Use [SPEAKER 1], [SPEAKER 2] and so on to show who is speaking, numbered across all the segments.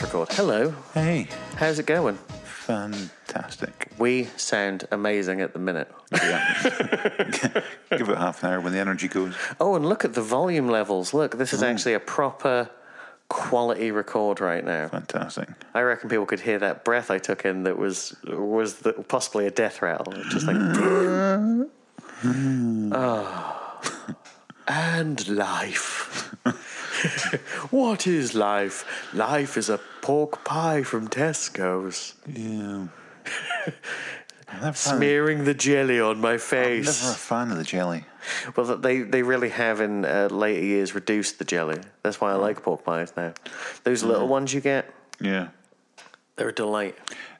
[SPEAKER 1] record. Hello,
[SPEAKER 2] Hey,
[SPEAKER 1] how's it going?
[SPEAKER 2] fantastic.
[SPEAKER 1] We sound amazing at the minute.
[SPEAKER 2] Yeah. Give it half an hour when the energy goes.
[SPEAKER 1] Oh, and look at the volume levels. Look, this is actually a proper quality record right now.
[SPEAKER 2] Fantastic.
[SPEAKER 1] I reckon people could hear that breath I took in that was was the, possibly a death rattle. Just like Oh. And life. what is life? Life is a pork pie from Tesco's.
[SPEAKER 2] Yeah. I'm never, a fan-
[SPEAKER 1] Smearing the jelly on my
[SPEAKER 2] never a
[SPEAKER 1] face.
[SPEAKER 2] fan of the jelly.
[SPEAKER 1] Well, that they, they really have in uh, later years reduced the jelly. That's why I like pork pies now. Those little ones you get,
[SPEAKER 2] Yeah.
[SPEAKER 1] they're a delight.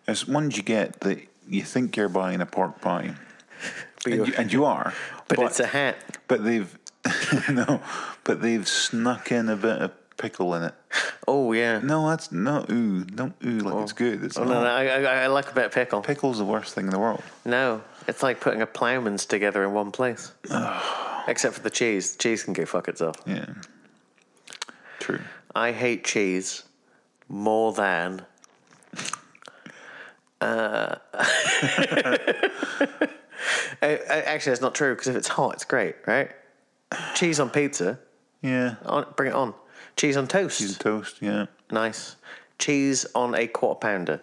[SPEAKER 2] It's ones you get that you think you're buying a pork pie.
[SPEAKER 1] But
[SPEAKER 2] And
[SPEAKER 1] you're-
[SPEAKER 2] you, and you are.
[SPEAKER 1] but it's a hat.
[SPEAKER 2] But they've no but they've snuck in a bit of pickle in it.
[SPEAKER 1] Oh, yeah.
[SPEAKER 2] No, that's no ooh. Don't ooh like it's good. It's
[SPEAKER 1] Oh, no,
[SPEAKER 2] not.
[SPEAKER 1] no, I, I, I like a bit of pickle.
[SPEAKER 2] Pickle's the worst thing in the world.
[SPEAKER 1] no, it's like putting a ploughman's together in one place. Except for the cheese. The cheese can go fuck itself.
[SPEAKER 2] Yeah. True.
[SPEAKER 1] I hate cheese more than. Uh, Uh, actually, that's not true because if it's hot, it's great, right? Cheese on pizza,
[SPEAKER 2] Yeah.
[SPEAKER 1] on, bring it on. Cheese on toast,
[SPEAKER 2] Cheese and toast, yeah.
[SPEAKER 1] nice. Cheese on a quarter pounder,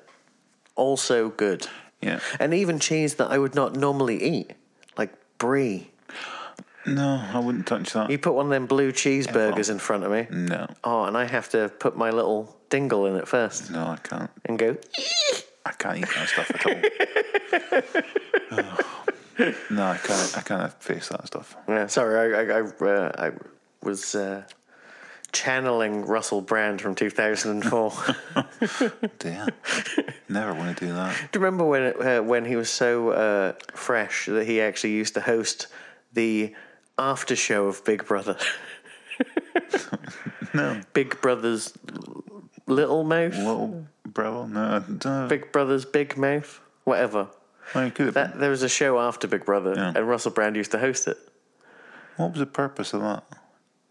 [SPEAKER 1] also good.
[SPEAKER 2] Yeah.
[SPEAKER 1] and even cheese that I would not normally eat, like brie.
[SPEAKER 2] No, I wouldn't touch that.
[SPEAKER 1] You put one of them blue cheeseburgers in front of me.
[SPEAKER 2] No.
[SPEAKER 1] Oh, and I have to put my little dingle in it first
[SPEAKER 2] No, I can't.
[SPEAKER 1] and go.
[SPEAKER 2] I can't eat that stuff at all. Ugh. no, I can't. I can't face that stuff.
[SPEAKER 1] Yeah, sorry, I I, I, uh, I was uh, channeling Russell Brand from 2004. do
[SPEAKER 2] Damn. Never want to do that.
[SPEAKER 1] you remember when it, uh, when he was so uh, fresh that he actually used to host the after show of Big Brother? no. Big Brother's Little Mouth.
[SPEAKER 2] Little Bravo? No, I don't know.
[SPEAKER 1] Big Brother's Big Mouth, whatever.
[SPEAKER 2] Well, it could have been.
[SPEAKER 1] That, there was a show after Big Brother,
[SPEAKER 2] Yeah.
[SPEAKER 1] and Russell Brand used to host it.
[SPEAKER 2] What was the purpose of that?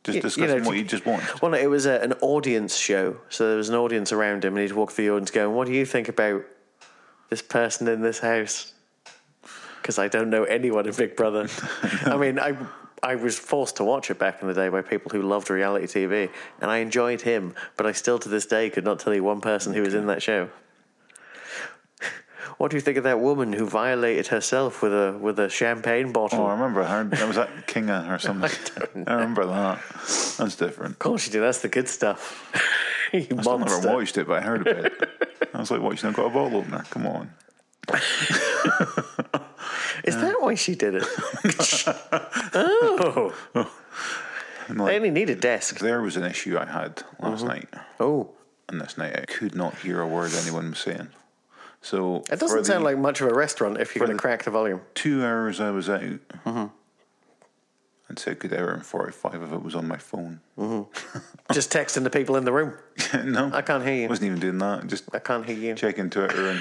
[SPEAKER 2] Just
[SPEAKER 1] you
[SPEAKER 2] discussing
[SPEAKER 1] know,
[SPEAKER 2] what
[SPEAKER 1] to-
[SPEAKER 2] you just want.
[SPEAKER 1] Well, no, it was a, an audience show, so there was an audience around him, and he'd walk through the audience going, "What do you think about this person in this house?" Because I don't know anyone in Big Brother. I mean, I I was forced to watch it back in the day by people who loved reality TV, and I enjoyed him, but I still to this day could not tell you one person who was in that show. What do you think of that woman who violated herself with a with a champagne bottle?
[SPEAKER 2] Oh, I remember. I heard that was that Kinga or something. I, remember that. That's different.
[SPEAKER 1] Of course you do. That's the good stuff. you
[SPEAKER 2] I never
[SPEAKER 1] monster.
[SPEAKER 2] watched it, but I heard about it. I was like, watching. I've got a bottle opener. Come on.
[SPEAKER 1] Is that why she did it? oh,
[SPEAKER 2] And
[SPEAKER 1] they
[SPEAKER 2] like,
[SPEAKER 1] only need a desk.
[SPEAKER 2] there was an issue I had last night,
[SPEAKER 1] Oh,
[SPEAKER 2] and this night I could not hear a word anyone was saying. So
[SPEAKER 1] it
[SPEAKER 2] for
[SPEAKER 1] doesn't sound
[SPEAKER 2] the
[SPEAKER 1] like much of a restaurant if you're going to
[SPEAKER 2] the-
[SPEAKER 1] crack the volume.
[SPEAKER 2] two hours I was out.
[SPEAKER 1] Mm-hmm.
[SPEAKER 2] I'd say a good hour and forty-five of it was on my phone.
[SPEAKER 1] Just texting the people in the room.
[SPEAKER 2] no,
[SPEAKER 1] I can't hear you.
[SPEAKER 2] Wasn't even doing that. Just
[SPEAKER 1] I can't hear you.
[SPEAKER 2] checking Twitter and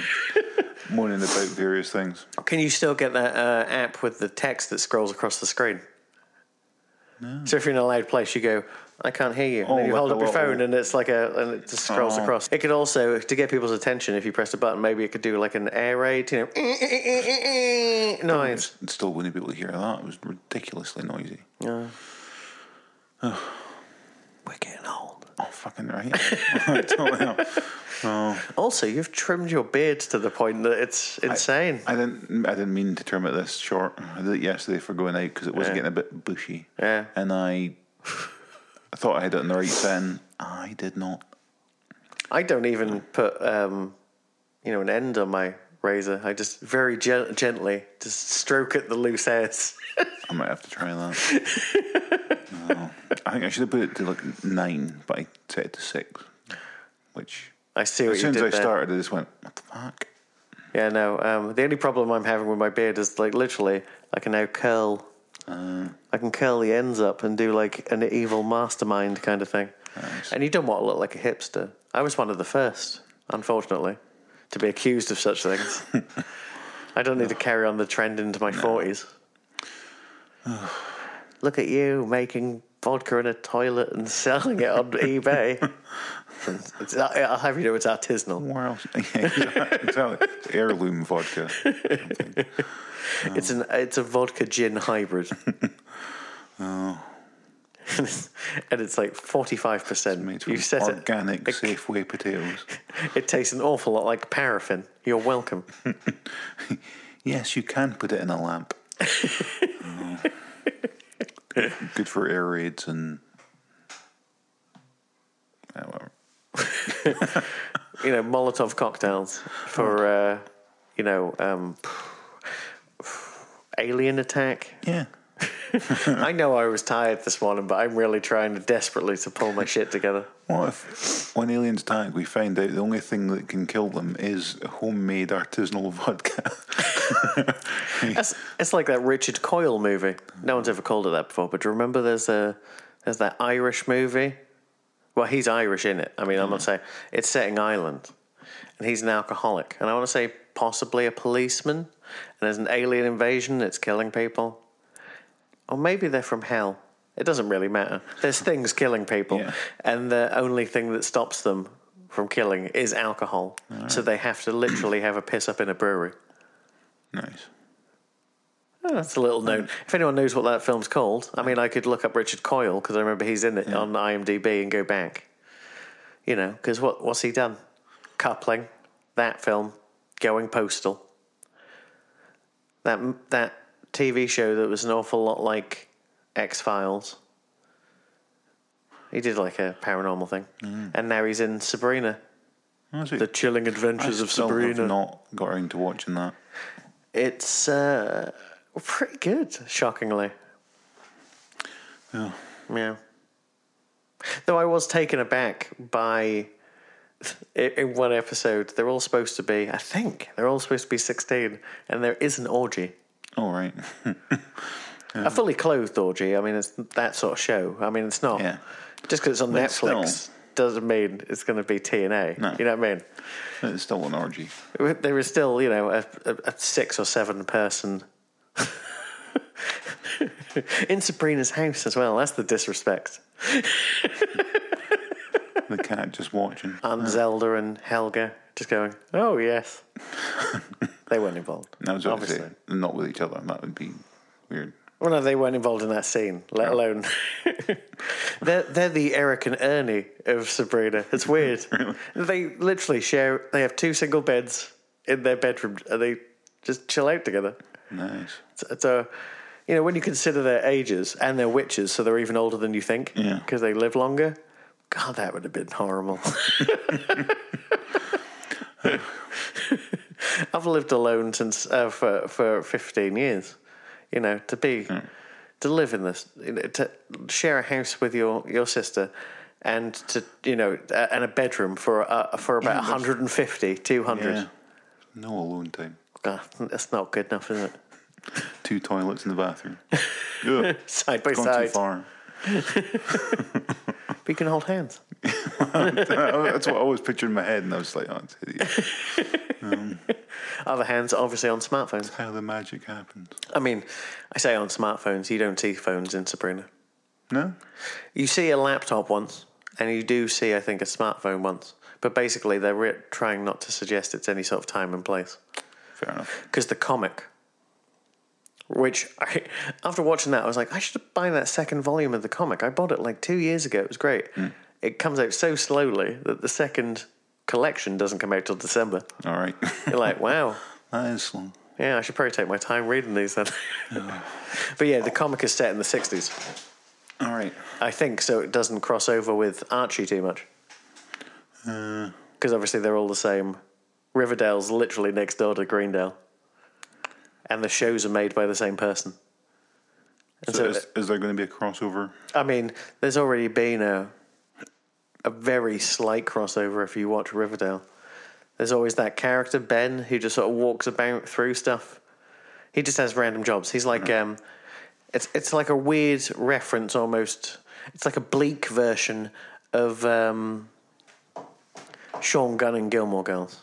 [SPEAKER 2] moaning about various things.
[SPEAKER 1] Can you still get that uh, app with the text that scrolls across the screen? No. So if you're in a loud place, you go, I can't hear you. and
[SPEAKER 2] Oh,
[SPEAKER 1] then you
[SPEAKER 2] like
[SPEAKER 1] hold
[SPEAKER 2] the
[SPEAKER 1] up your
[SPEAKER 2] little-
[SPEAKER 1] phone and it's like a, and it just scrolls
[SPEAKER 2] Oh.
[SPEAKER 1] across. It could also, to get people's attention, if you press a button, maybe it could do like an air raid, you know, noise.
[SPEAKER 2] And still wouldn't be able to hear that. It was ridiculously noisy.
[SPEAKER 1] We're getting old.
[SPEAKER 2] Oh, fucking right. I don't know.
[SPEAKER 1] Also, you've trimmed your beard to the point that it's insane.
[SPEAKER 2] I didn't. I didn't mean to trim it this short. I did it yesterday for going out because it was getting a bit bushy.
[SPEAKER 1] Yeah.
[SPEAKER 2] And I, I thought I had it in the right setting. I did not.
[SPEAKER 1] I, don't even put, um, you know, an end on my razor. I just very gen- gently just stroke at the loose hairs.
[SPEAKER 2] I might have to try that. No. I think I should have put it to like nine, but I set it to six. Which
[SPEAKER 1] I see what
[SPEAKER 2] as
[SPEAKER 1] you
[SPEAKER 2] soon as
[SPEAKER 1] did
[SPEAKER 2] I
[SPEAKER 1] there.
[SPEAKER 2] started, I just went, "What the fuck?"
[SPEAKER 1] Yeah, no. Um, the only problem I'm having with my beard is like literally, I can now curl. I can curl the ends up and do like an evil mastermind kind of thing. And you don't want to look like a hipster. I was one of the first, unfortunately, to be accused of such things. I don't need to carry on the trend into my forties. look at you making vodka in a toilet and selling it on eBay. It's- I'll have you know it's artisanal.
[SPEAKER 2] Where else? Yeah, exactly. It's heirloom vodka. Oh.
[SPEAKER 1] It's an it's a vodka gin hybrid. oh. and it's like forty five
[SPEAKER 2] Made
[SPEAKER 1] percent.
[SPEAKER 2] from
[SPEAKER 1] You set it.
[SPEAKER 2] organic, Safeway potatoes.
[SPEAKER 1] It tastes an awful lot like paraffin. You're welcome.
[SPEAKER 2] Yes, you can put it in a lamp. Oh. Good for air raids and. Yeah, whatever.
[SPEAKER 1] You know, Molotov cocktails for
[SPEAKER 2] Oh.
[SPEAKER 1] uh, you know um, alien attack.
[SPEAKER 2] Yeah.
[SPEAKER 1] I know I was tired this morning, but I'm really trying to desperately to pull my shit together.
[SPEAKER 2] What if, when aliens attack, we find out the only thing that can kill them is homemade artisanal vodka?
[SPEAKER 1] It's, it's like that Richard Coyle movie. No one's ever called it that before, but do you remember there's a there's that Irish movie? Well, he's Irish in it. I mean, I'm not saying it's set in Ireland, and he's an alcoholic, and I want to say possibly a policeman, and there's an alien invasion. It's killing people, or maybe they're from hell. It doesn't really matter. There's things killing people,
[SPEAKER 2] Yeah.
[SPEAKER 1] and the only thing that stops them from killing is alcohol. So they have to literally have a piss up in a brewery.
[SPEAKER 2] nice.
[SPEAKER 1] Oh, that's a little known. If anyone knows what that film's called, I mean, I could look up Richard Coyle because I remember he's in it on IMDb and go back. You know, because what what's he done? Coupling, that film, going postal. That that TV show that was an awful lot like X Files. He did like a paranormal thing,
[SPEAKER 2] Mm.
[SPEAKER 1] and now he's in Sabrina,
[SPEAKER 2] That's it.
[SPEAKER 1] The Chilling Adventures
[SPEAKER 2] I
[SPEAKER 1] of
[SPEAKER 2] still
[SPEAKER 1] Sabrina.
[SPEAKER 2] have not got around to watching that.
[SPEAKER 1] It's uh, pretty good, shockingly. Yeah. Yeah. Though I was taken aback by in in one episode, they're all supposed to be. I think they're all supposed to be sixteen, and there is an orgy,
[SPEAKER 2] All right.
[SPEAKER 1] a fully clothed orgy. I mean, it's that sort of show. I mean, it's not
[SPEAKER 2] Yeah.
[SPEAKER 1] just because it's on
[SPEAKER 2] But still.
[SPEAKER 1] Netflix doesn't mean it's going to be TNA.
[SPEAKER 2] No.
[SPEAKER 1] You know what I mean?
[SPEAKER 2] It's still an orgy.
[SPEAKER 1] there is still, you know, a, a, a six or seven person in Sabrina's house as well. That's the disrespect.
[SPEAKER 2] The cat just watching.
[SPEAKER 1] And Zelda and Helga just going, oh, yes. they weren't involved.
[SPEAKER 2] That was what I was
[SPEAKER 1] obviously.
[SPEAKER 2] saying. Not with each other. That would be weird.
[SPEAKER 1] Well, no, they weren't involved in that scene, let alone. they're, they're the Eric and Ernie of Sabrina. It's weird. They literally share, they have two single beds in their bedroom and they just chill out together.
[SPEAKER 2] Nice.
[SPEAKER 1] So, you know, when you consider their ages and they're witches, so they're even older than you think
[SPEAKER 2] Yeah.
[SPEAKER 1] because they live longer. God, that would have been horrible. I've lived alone since uh, for for fifteen years. You know, to be
[SPEAKER 2] Hmm.
[SPEAKER 1] to live in this, you know, to share a house with your your sister. And to you know, a- and a bedroom for uh, for about
[SPEAKER 2] Yeah, that's-
[SPEAKER 1] 150, 200.
[SPEAKER 2] Yeah. No alone time.
[SPEAKER 1] God, that's not good enough, is it?
[SPEAKER 2] Two toilets in the bathroom. Ugh,
[SPEAKER 1] Side by
[SPEAKER 2] gone too
[SPEAKER 1] side, but
[SPEAKER 2] far.
[SPEAKER 1] you can hold hands.
[SPEAKER 2] That's what I always pictured in my head, and I was like, oh, it's hideous.
[SPEAKER 1] Other hands, obviously, on smartphones.
[SPEAKER 2] how the magic happens.
[SPEAKER 1] I mean, I say on smartphones, you don't see phones in Sabrina.
[SPEAKER 2] No?
[SPEAKER 1] You see a laptop once, and you do see, I think, a smartphone once. But basically, they're re- trying not to suggest it's any sort of time and place.
[SPEAKER 2] Fair enough.
[SPEAKER 1] Because the comic, which I, after watching that, I was like, I should buy that second volume of the comic. I bought it like two years ago. It was great. It comes out so slowly that the second collection doesn't come out till December.
[SPEAKER 2] All right.
[SPEAKER 1] You're like, wow.
[SPEAKER 2] that is long.
[SPEAKER 1] Yeah, I should probably take my time reading these then. but yeah, the comic is set in the 60s,
[SPEAKER 2] All right.
[SPEAKER 1] I think, so it doesn't cross over with Archie too much. Because obviously they're all the same. Riverdale's literally next door to Greendale. And the shows are made by the same person. And
[SPEAKER 2] So
[SPEAKER 1] so,
[SPEAKER 2] is, is there going to be a crossover?
[SPEAKER 1] I mean, there's already been a, a very slight crossover if you watch Riverdale. There's always that character, Ben, who just sort of walks about through stuff. He just has random jobs. He's like um it's it's like a weird reference almost. It's like a bleak version of um Sean Gunn and Gilmore Girls.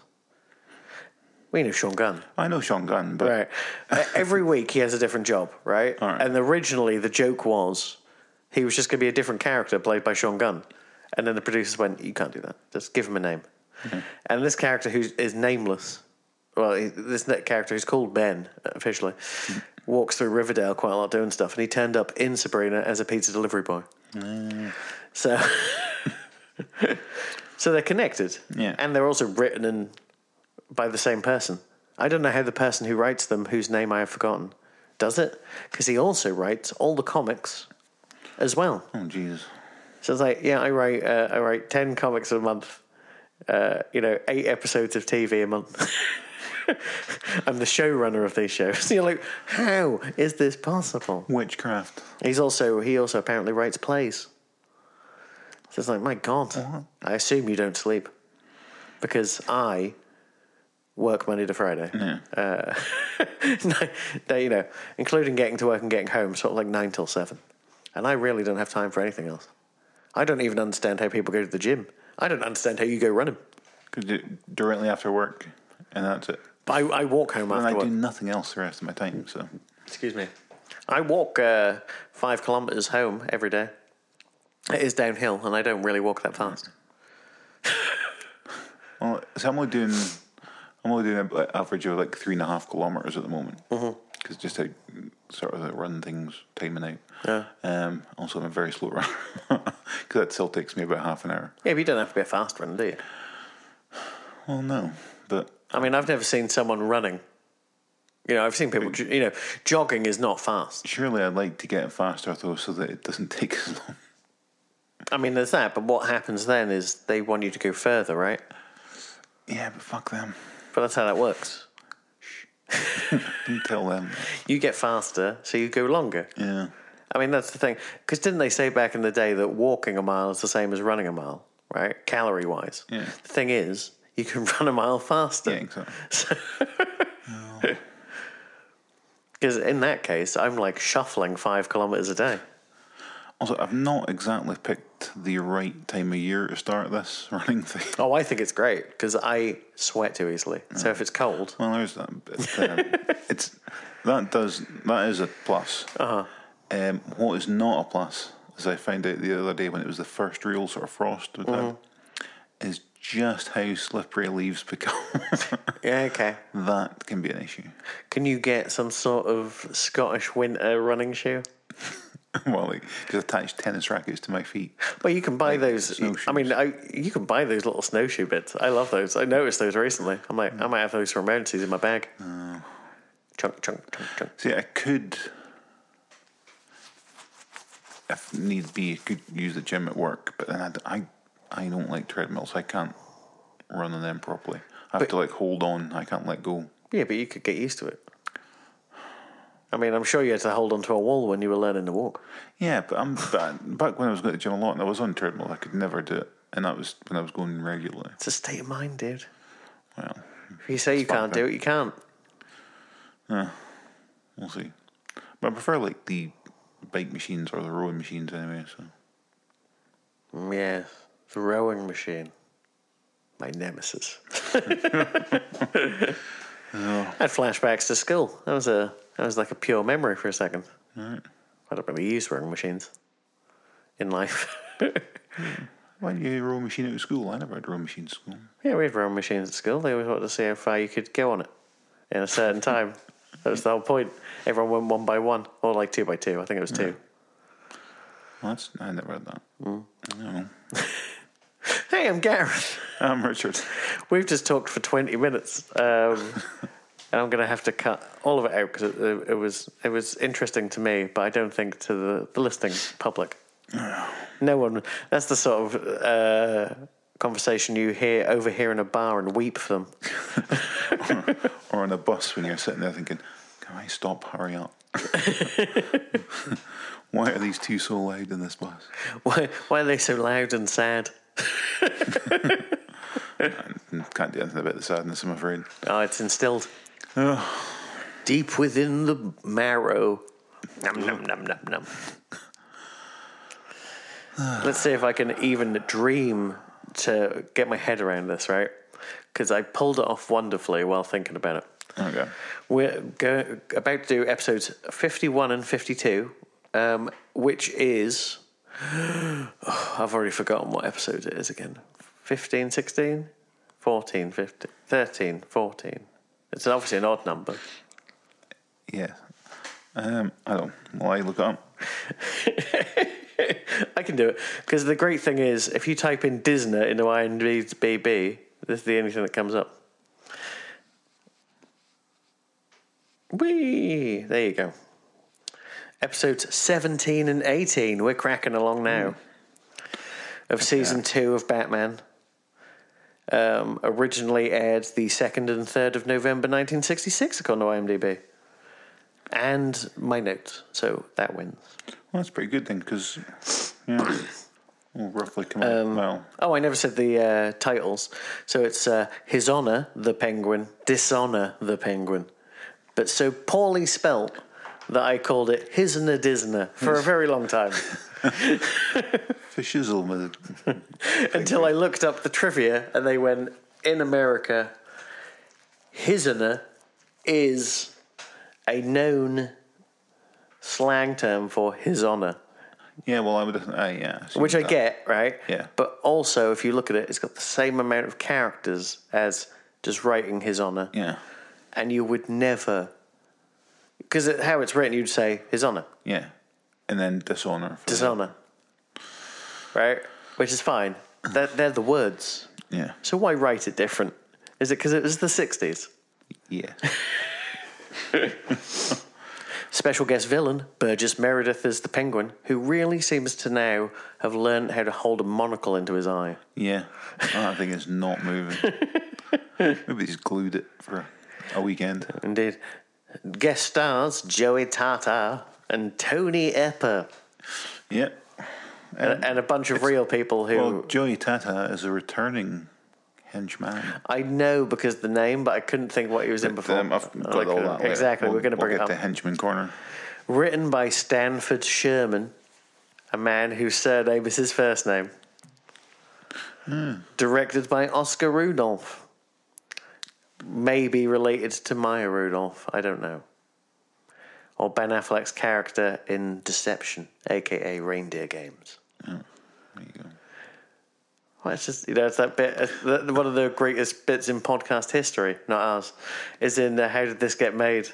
[SPEAKER 1] We know Sean Gunn.
[SPEAKER 2] I know Sean Gunn, but
[SPEAKER 1] E-, Right. Uh, Every week he has a different job, right?
[SPEAKER 2] All right.
[SPEAKER 1] And originally the joke was He was just going to be a different character played by Sean Gunn. And then the producers went, You can't do that. Just give him a name.
[SPEAKER 2] Mm-hmm.
[SPEAKER 1] And this character who is nameless, well, he- this net character who's called Ben officially, walks through Riverdale quite a lot doing stuff. And he turned up in Sabrina as a pizza delivery boy. So. So they're connected,
[SPEAKER 2] Yeah.
[SPEAKER 1] and they're also written in, by the same person. I don't know how the person who writes them, whose name I have forgotten, does it, because he also writes all the comics as well.
[SPEAKER 2] Oh, Jesus.
[SPEAKER 1] So it's like, yeah, I write, uh, I write ten comics a month, uh, you know, eight episodes of TV a month. I'm the showrunner of these shows. you're like, how is this possible?
[SPEAKER 2] Witchcraft.
[SPEAKER 1] He's also he also apparently writes plays. So it's like, my God, I assume you don't sleep because I work Monday to Friday. Uh, no, you know, including getting to work and getting home, sort of like nine till seven, and I really don't have time for anything else. I don't even understand how people go to the gym. I don't understand how you go running.
[SPEAKER 2] Could do directly after work, and that's it.
[SPEAKER 1] But I, I walk home
[SPEAKER 2] And
[SPEAKER 1] after
[SPEAKER 2] I
[SPEAKER 1] work.
[SPEAKER 2] do nothing else the rest of my time. So
[SPEAKER 1] Excuse me. I walk uh, five kilometers home every day. It is downhill, and I don't really walk that fast.
[SPEAKER 2] Well, so I'm only doing, I'm only doing an average of like three and a half kilometers at the moment, because just how sort of I run things, timing out. Yeah. Um, also, I'm a very slow runner, because that still takes me about half an hour.
[SPEAKER 1] Yeah, but you don't have to be a fast runner, do you?
[SPEAKER 2] Well, no, but
[SPEAKER 1] I mean, I've never seen someone running. You know, I've seen people. jo- You know, jogging is not fast.
[SPEAKER 2] surely I'd like to get faster though, so that it doesn't take as long.
[SPEAKER 1] I mean, there's that. But what happens then is they want you to go further, right?
[SPEAKER 2] Yeah, but fuck them.
[SPEAKER 1] But that's how that works.
[SPEAKER 2] Don't tell them.
[SPEAKER 1] You get faster, so you go longer.
[SPEAKER 2] Yeah.
[SPEAKER 1] I mean, that's the thing. Because didn't they say back in the day that walking a mile is the same as running a mile, right? Calorie wise.
[SPEAKER 2] Yeah.
[SPEAKER 1] The thing is, you can run a mile faster.
[SPEAKER 2] Yeah, exactly.
[SPEAKER 1] Because in that case, I'm like shuffling five kilometers a day.
[SPEAKER 2] Also, I've not exactly picked the right time of year to start this running thing.
[SPEAKER 1] Oh, I think it's great because I sweat too easily. So if it's cold,
[SPEAKER 2] Well, there's that. But, um, it's that does that is a plus. Uh-huh. Um, what is not a plus, as I found out the other day when it was the first real sort of frost we've had, is just how slippery leaves become.
[SPEAKER 1] yeah, okay.
[SPEAKER 2] that can be an issue.
[SPEAKER 1] Can you get some sort of Scottish winter running shoe?
[SPEAKER 2] well, like just attach tennis rackets to my feet.
[SPEAKER 1] Well, you can buy those. I
[SPEAKER 2] snowshoes.
[SPEAKER 1] mean, I, you can buy those little snowshoe bits. I love those. I noticed those recently. I'm like, I might have those for emergencies in my bag. Chunk, chunk, chunk, chunk.
[SPEAKER 2] See, I could, if need be, I could use the gym at work, but then I, d- I, I don't like treadmills. I can't run on them properly. I have to like hold on. I can't let go.
[SPEAKER 1] Yeah, but you could get used to it. I mean, I'm sure you had to hold onto a wall when you were learning to walk.
[SPEAKER 2] Yeah, but I'm but back when I was going to the gym a lot and I was on treadmill. I could never do it, and that was when I was going regularly.
[SPEAKER 1] It's a state of mind, dude.
[SPEAKER 2] Well,
[SPEAKER 1] If you say you can't do it, you can't.
[SPEAKER 2] we'll see. But I prefer like the bike machines or the rowing machines anyway. So
[SPEAKER 1] Mm, Yeah, the rowing machine. My nemesis. I had flashbacks to school. That was a that was like a pure memory for a second. I don't really use rowing machines in life.
[SPEAKER 2] why did you have a rowing machine at school? I never had a rowing machine at school.
[SPEAKER 1] yeah, we had rowing machines at school. They always wanted to see how far you could go on it in a certain time. That was the whole point. Everyone went one by one, or like two by two. I think it was two.
[SPEAKER 2] Well, that's I never had that. I don't know.
[SPEAKER 1] Hey, I'm Gareth.
[SPEAKER 2] I'm Richard.
[SPEAKER 1] We've just talked for twenty minutes, um, and I'm going to have to cut all of it out because it, it was it was interesting to me, but I don't think to the, the listening public. No one. That's the sort of uh, conversation you hear over here in a bar and weep for them.
[SPEAKER 2] or on a bus when you're sitting there thinking, "Can I stop? Hurry up!" Why are these two so loud in this bus?
[SPEAKER 1] Why why are they so loud and sad?
[SPEAKER 2] Can't do anything about the sadness, I'm afraid.
[SPEAKER 1] Oh, it's instilled deep within the marrow. Num num num num num. Let's see if I can even dream to get my head around this, right? Because I pulled it off wonderfully while thinking about it.
[SPEAKER 2] Okay.
[SPEAKER 1] We're go- about to do episodes 51 and 52 um, which is. I've already forgotten what episode it is again. 15, 16? 14, 15, 13, 14. It's obviously an odd number.
[SPEAKER 2] Yeah. Um, I don't know. Why look it up?
[SPEAKER 1] I can do it. Because the great thing is, if you type in Disney into IMDb, this is the only thing that comes up. Whee! There you go. Episodes 17 and 18. We're cracking along now. Of season two of Batman. Um, originally aired the 2nd and 3rd of November 1966, according to IMDb. And my notes. So that wins.
[SPEAKER 2] Well, that's pretty good then, because yeah, we'll roughly come out. well,
[SPEAKER 1] Oh, I never said the uh, titles. So it's uh, His Honor the Penguin, Dishonor the Penguin. But so poorly spelt that I called it Hisna Disna for a very long time
[SPEAKER 2] fishizzle with
[SPEAKER 1] until I looked up the trivia and they went, in America, Hisna is a known slang term for His Honor.
[SPEAKER 2] yeah. Well, I would. Uh, yeah. so
[SPEAKER 1] Which I
[SPEAKER 2] that-
[SPEAKER 1] get, right?
[SPEAKER 2] Yeah.
[SPEAKER 1] But also, if you look at it, it's got the same amount of characters as just writing His Honor.
[SPEAKER 2] Yeah.
[SPEAKER 1] And you would never, because it, how it's written, you'd say His Honor,
[SPEAKER 2] Yeah. And then dishonor. for-
[SPEAKER 1] Dishonor, right? Which is fine. They're, they're the words.
[SPEAKER 2] Yeah.
[SPEAKER 1] So why write it different? Is it because it was the 60s?
[SPEAKER 2] Yeah.
[SPEAKER 1] Special guest villain, Burgess Meredith is the penguin, who really seems to now have learned how to hold a monocle into his eye.
[SPEAKER 2] Yeah. Oh, I think it's not moving. Maybe he's glued it for a weekend.
[SPEAKER 1] Indeed. Guest stars Joey Tata and Tony Epper
[SPEAKER 2] Yeah.
[SPEAKER 1] and, and a bunch of real people who
[SPEAKER 2] Well, Joey Tata is a returning henchman.
[SPEAKER 1] I know because of the name, but I couldn't think what he was in before.
[SPEAKER 2] Um, I've
[SPEAKER 1] I
[SPEAKER 2] got all
[SPEAKER 1] couldn't-
[SPEAKER 2] that. later.
[SPEAKER 1] exactly.
[SPEAKER 2] We'll-
[SPEAKER 1] We're going to
[SPEAKER 2] we'll
[SPEAKER 1] bring
[SPEAKER 2] get
[SPEAKER 1] it up.
[SPEAKER 2] to henchman corner.
[SPEAKER 1] Written by Stanford Sherman, a man whose surname is his first name.
[SPEAKER 2] Hmm.
[SPEAKER 1] Directed by Oscar Rudolph. Maybe related to Maya Rudolph. I don't know. Or Ben Affleck's character in Deception, aka Reindeer Games.
[SPEAKER 2] There you go.
[SPEAKER 1] Well, it's just you know it's that bit. it's the- the- One of the greatest bits in podcast history, not ours, is in the "How did this get made?"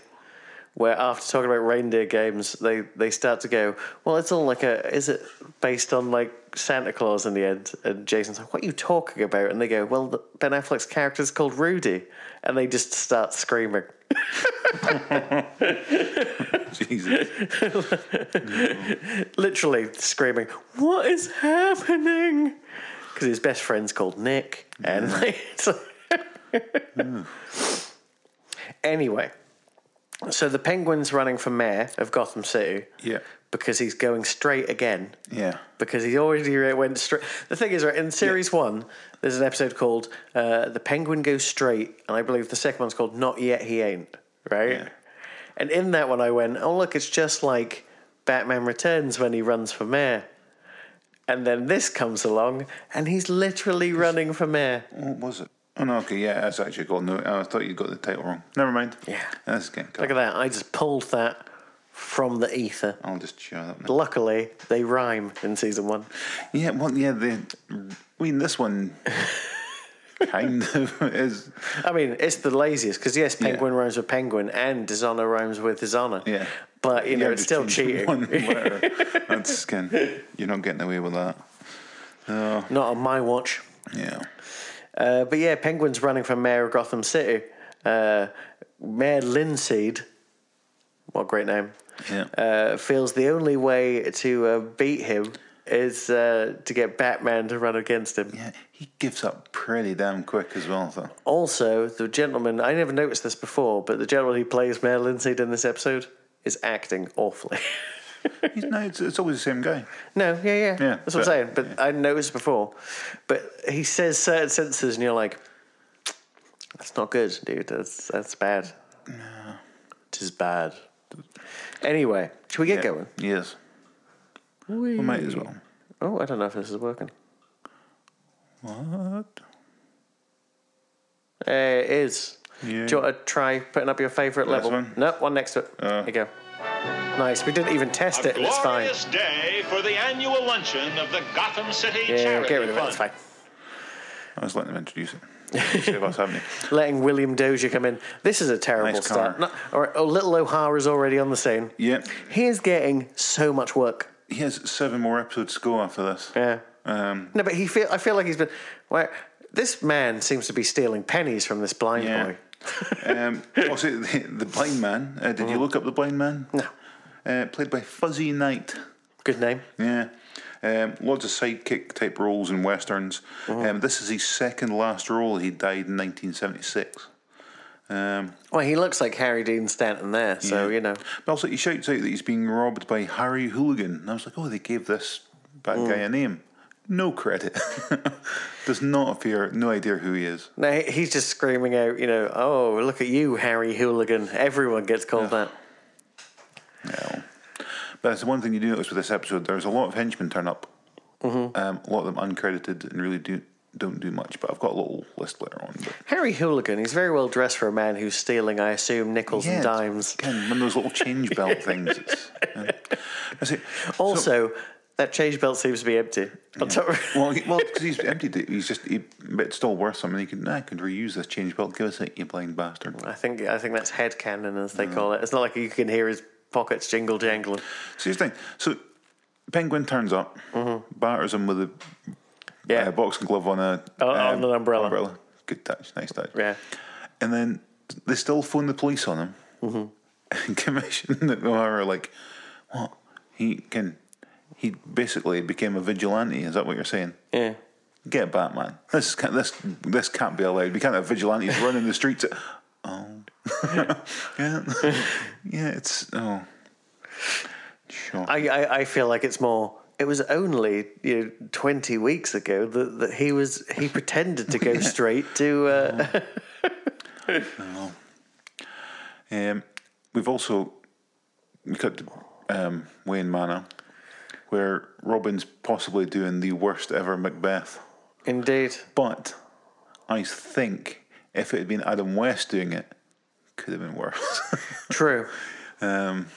[SPEAKER 1] Where after talking about reindeer games, they they start to go, "Well, it's all like a is it based on like Santa Claus in the end?" And Jason's like, "What are you talking about?" And they go, "Well, the- Ben Affleck's character's called Rudy," and they just start screaming.
[SPEAKER 2] Jesus.
[SPEAKER 1] literally screaming, "What is happening?" Because his best friend's called Nick, and like, it's like- anyway, so the Penguin's running for mayor of Gotham City
[SPEAKER 2] Yeah.
[SPEAKER 1] because he's going straight again.
[SPEAKER 2] Yeah.
[SPEAKER 1] Because he already went straight. The thing is, right, in series one, there's an episode called uh, "The Penguin Goes Straight," and I believe the second one's called "Not Yet He Ain't." Right.
[SPEAKER 2] Yeah.
[SPEAKER 1] And in that one, I went, "Oh look, it's just like Batman Returns when he runs for mayor." And then this comes along, and he's literally running for mayor.
[SPEAKER 2] What was it? Oh no, okay, yeah, that's actually called no. I thought you got the title wrong. Never mind.
[SPEAKER 1] Yeah.
[SPEAKER 2] That's getting
[SPEAKER 1] Look at that! I just pulled that from the ether.
[SPEAKER 2] I'll just shut up now.
[SPEAKER 1] Luckily, they rhyme in season one.
[SPEAKER 2] Yeah, well, yeah, the. I mean, this one kind of is.
[SPEAKER 1] I mean, it's the laziest because yes, penguin rhymes with penguin, and dishonor rhymes with dishonor.
[SPEAKER 2] Yeah.
[SPEAKER 1] but you know, it's
[SPEAKER 2] just
[SPEAKER 1] still
[SPEAKER 2] change
[SPEAKER 1] cheating.
[SPEAKER 2] One letter. That's kind You're not getting away with that.
[SPEAKER 1] Not on my watch.
[SPEAKER 2] Yeah.
[SPEAKER 1] Uh, but yeah, penguin's running for mayor of Gotham City. Uh, mayor Linseed, what a great name,
[SPEAKER 2] Yeah.
[SPEAKER 1] uh, feels the only way to uh, beat him is uh, to get Batman to run against him.
[SPEAKER 2] yeah. He gives up pretty damn quick as well, though.
[SPEAKER 1] Also, the gentleman, I never noticed this before, but the gentleman who plays Mayor Linseed in this episode is acting awfully.
[SPEAKER 2] He's, no, it's, it's always the same guy.
[SPEAKER 1] No, yeah, yeah.
[SPEAKER 2] Yeah,
[SPEAKER 1] That's what
[SPEAKER 2] but-
[SPEAKER 1] I'm saying. But I noticed before. But he says certain sentences, and you're like, that's not good, dude. That's that's bad. No. It is bad. Anyway, should we get
[SPEAKER 2] yeah.
[SPEAKER 1] going?
[SPEAKER 2] Yes.
[SPEAKER 1] We
[SPEAKER 2] Might as well.
[SPEAKER 1] Oh, I don't know if this is working.
[SPEAKER 2] What?
[SPEAKER 1] Uh, it is.
[SPEAKER 2] Yeah.
[SPEAKER 1] Do you want to try putting up your favourite
[SPEAKER 2] Last
[SPEAKER 1] level?
[SPEAKER 2] one? Oh.
[SPEAKER 1] No, one next to it. there you go. Nice. We didn't even test it, and it's fine.
[SPEAKER 3] glorious day for the annual luncheon of the Gotham City
[SPEAKER 1] Yeah,
[SPEAKER 3] Charity
[SPEAKER 1] get rid of it.
[SPEAKER 3] Fund.
[SPEAKER 1] It's fine.
[SPEAKER 2] I was letting them introduce it. Save us having to-
[SPEAKER 1] Letting William Dozier come in. This is a terrible
[SPEAKER 2] Nice car.
[SPEAKER 1] start. No, all right, oh, little O'Hara's already on the scene.
[SPEAKER 2] Yeah.
[SPEAKER 1] He is getting so much work.
[SPEAKER 2] He has seven more episodes to go after this.
[SPEAKER 1] Yeah.
[SPEAKER 2] Um,
[SPEAKER 1] No, but he feel I feel like he's been. Well, this man seems to be stealing pennies from this blind
[SPEAKER 2] yeah.
[SPEAKER 1] boy.
[SPEAKER 2] um, also, the, the blind man. Uh, did you look up the blind man?
[SPEAKER 1] Mm. No.
[SPEAKER 2] Uh, played by Fuzzy Knight.
[SPEAKER 1] Good name.
[SPEAKER 2] Yeah. Um, lots of sidekick type roles in westerns.
[SPEAKER 1] Uh-huh.
[SPEAKER 2] Um, this is his second last role. He died in 1976. Um,
[SPEAKER 1] Well, he looks like Harry Dean Stanton there, so
[SPEAKER 2] Yeah.
[SPEAKER 1] you know.
[SPEAKER 2] but also, he shouts out that he's being robbed by Harry Hooligan. And I was like, oh, they gave this bad guy
[SPEAKER 1] Mm.
[SPEAKER 2] a name. No credit. Does not appear, no idea who he is.
[SPEAKER 1] No, he- he's just screaming out, you know, oh look at you, Harry Hooligan. Everyone gets called that.
[SPEAKER 2] No. But that's the one thing you do notice with this episode. There's a lot of henchmen turn up.
[SPEAKER 1] Mm-hmm.
[SPEAKER 2] Um, a lot of them uncredited and really do, don't do much. But I've got a little list later on. But
[SPEAKER 1] Harry Hooligan. He's very well dressed for a man who's stealing, I assume, nickels and
[SPEAKER 2] it's
[SPEAKER 1] dimes.
[SPEAKER 2] Again, one of those little change belt things. It's, yeah. I see. So-
[SPEAKER 1] Also, that change belt seems to be empty. On top of-
[SPEAKER 2] well, he, well, because he's emptied it. He's just, he, but it's still worth something. He could, nah, I could reuse this change belt. Give us it, you blind bastard.
[SPEAKER 1] I think I think that's head cannon, as they call it. It's not like you can hear his pockets jingle jangling.
[SPEAKER 2] So here's the thing. So Penguin turns up, batters him with a
[SPEAKER 1] Mm-hmm. Yeah.
[SPEAKER 2] uh, boxing glove on a um,
[SPEAKER 1] On- on an umbrella.
[SPEAKER 2] Good touch, nice touch.
[SPEAKER 1] Yeah.
[SPEAKER 2] And then they still phone the police on him. Mm-hmm. And commission that O'Hara like, what? He can. He basically became a vigilante. Is that what you're saying?
[SPEAKER 1] Yeah.
[SPEAKER 2] Get Batman. This can't, this this can't be allowed. We can't have vigilantes running the streets. Oh, yeah, yeah. It's oh, sure.
[SPEAKER 1] I, I, I feel like it's more. It was only you know, twenty weeks ago that, that he was he pretended to go straight to.
[SPEAKER 2] Uh-huh.
[SPEAKER 1] Uh,
[SPEAKER 2] Um, we've also we cut to um, Wayne Manor, where Robin's possibly doing the worst ever Macbeth.
[SPEAKER 1] Indeed,
[SPEAKER 2] But I think if it had been Adam West doing it, could have been worse.
[SPEAKER 1] true.
[SPEAKER 2] um,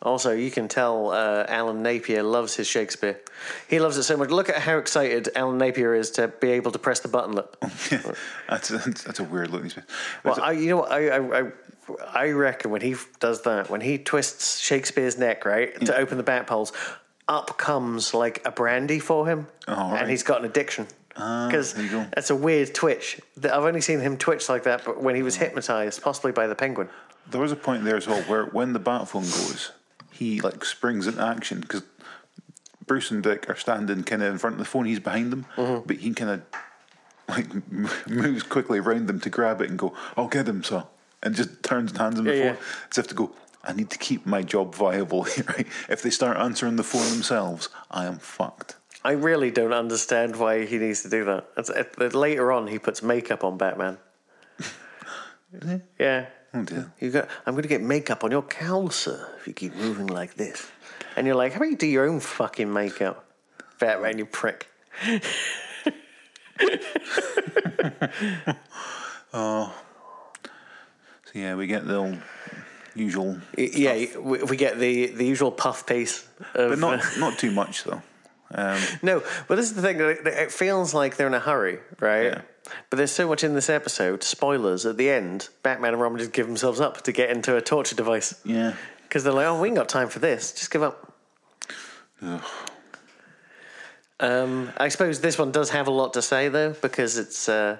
[SPEAKER 1] Also, you can tell uh, Alan Napier loves his Shakespeare. He loves it so much. Look at how excited Alan Napier is to be able to press the button. Look,
[SPEAKER 2] that's, that's that's a weird looking space.
[SPEAKER 1] well, I, you know what? I, I, I, I reckon when he f- does that, when he twists Shakespeare's neck, right, to open the bat poles, up comes like a brandy for him.
[SPEAKER 2] Oh, right. Ah,
[SPEAKER 1] And he's got an addiction. Because
[SPEAKER 2] there you go.
[SPEAKER 1] it's a weird twitch. Th- I've only seen him twitch like that but when he
[SPEAKER 2] Hmm.
[SPEAKER 1] was hypnotized, possibly by the penguin.
[SPEAKER 2] There was a point there as well where when the bat phone goes, he like springs into action because Bruce and Dick are standing kind of in front of the phone. He's behind them, but he kind of like m- moves quickly around them to grab it and go, "I'll get him, sir," and just turns and hands him the
[SPEAKER 1] Yeah,
[SPEAKER 2] phone.
[SPEAKER 1] yeah.
[SPEAKER 2] As if to go, "I need to keep my job viable." right? If they start answering the phone themselves, I am fucked.
[SPEAKER 1] I really don't understand why he needs to do that. It's, it, it- later on, he puts makeup on Batman. yeah.
[SPEAKER 2] Oh dear.
[SPEAKER 1] You got, I'm going to get makeup on your cowl, sir, if you keep moving like this. And you're like, how about you do your own fucking makeup? Batman, you prick.
[SPEAKER 2] So yeah, we get the old usual,
[SPEAKER 1] Y- Yeah, we, we get the, the usual puff piece. Of,
[SPEAKER 2] but
[SPEAKER 1] uh,
[SPEAKER 2] not not too much though. Um,
[SPEAKER 1] No, but this is the thing. like, It feels like they're in a hurry, right?
[SPEAKER 2] Yeah.
[SPEAKER 1] But there's so much in this episode. Spoilers at the end. Batman and Robin just give themselves up to get into a torture device.
[SPEAKER 2] yeah.
[SPEAKER 1] Because they're like, oh, we ain't got time for this. Just give up. Um, I suppose this one does have a lot to say though, because it's uh,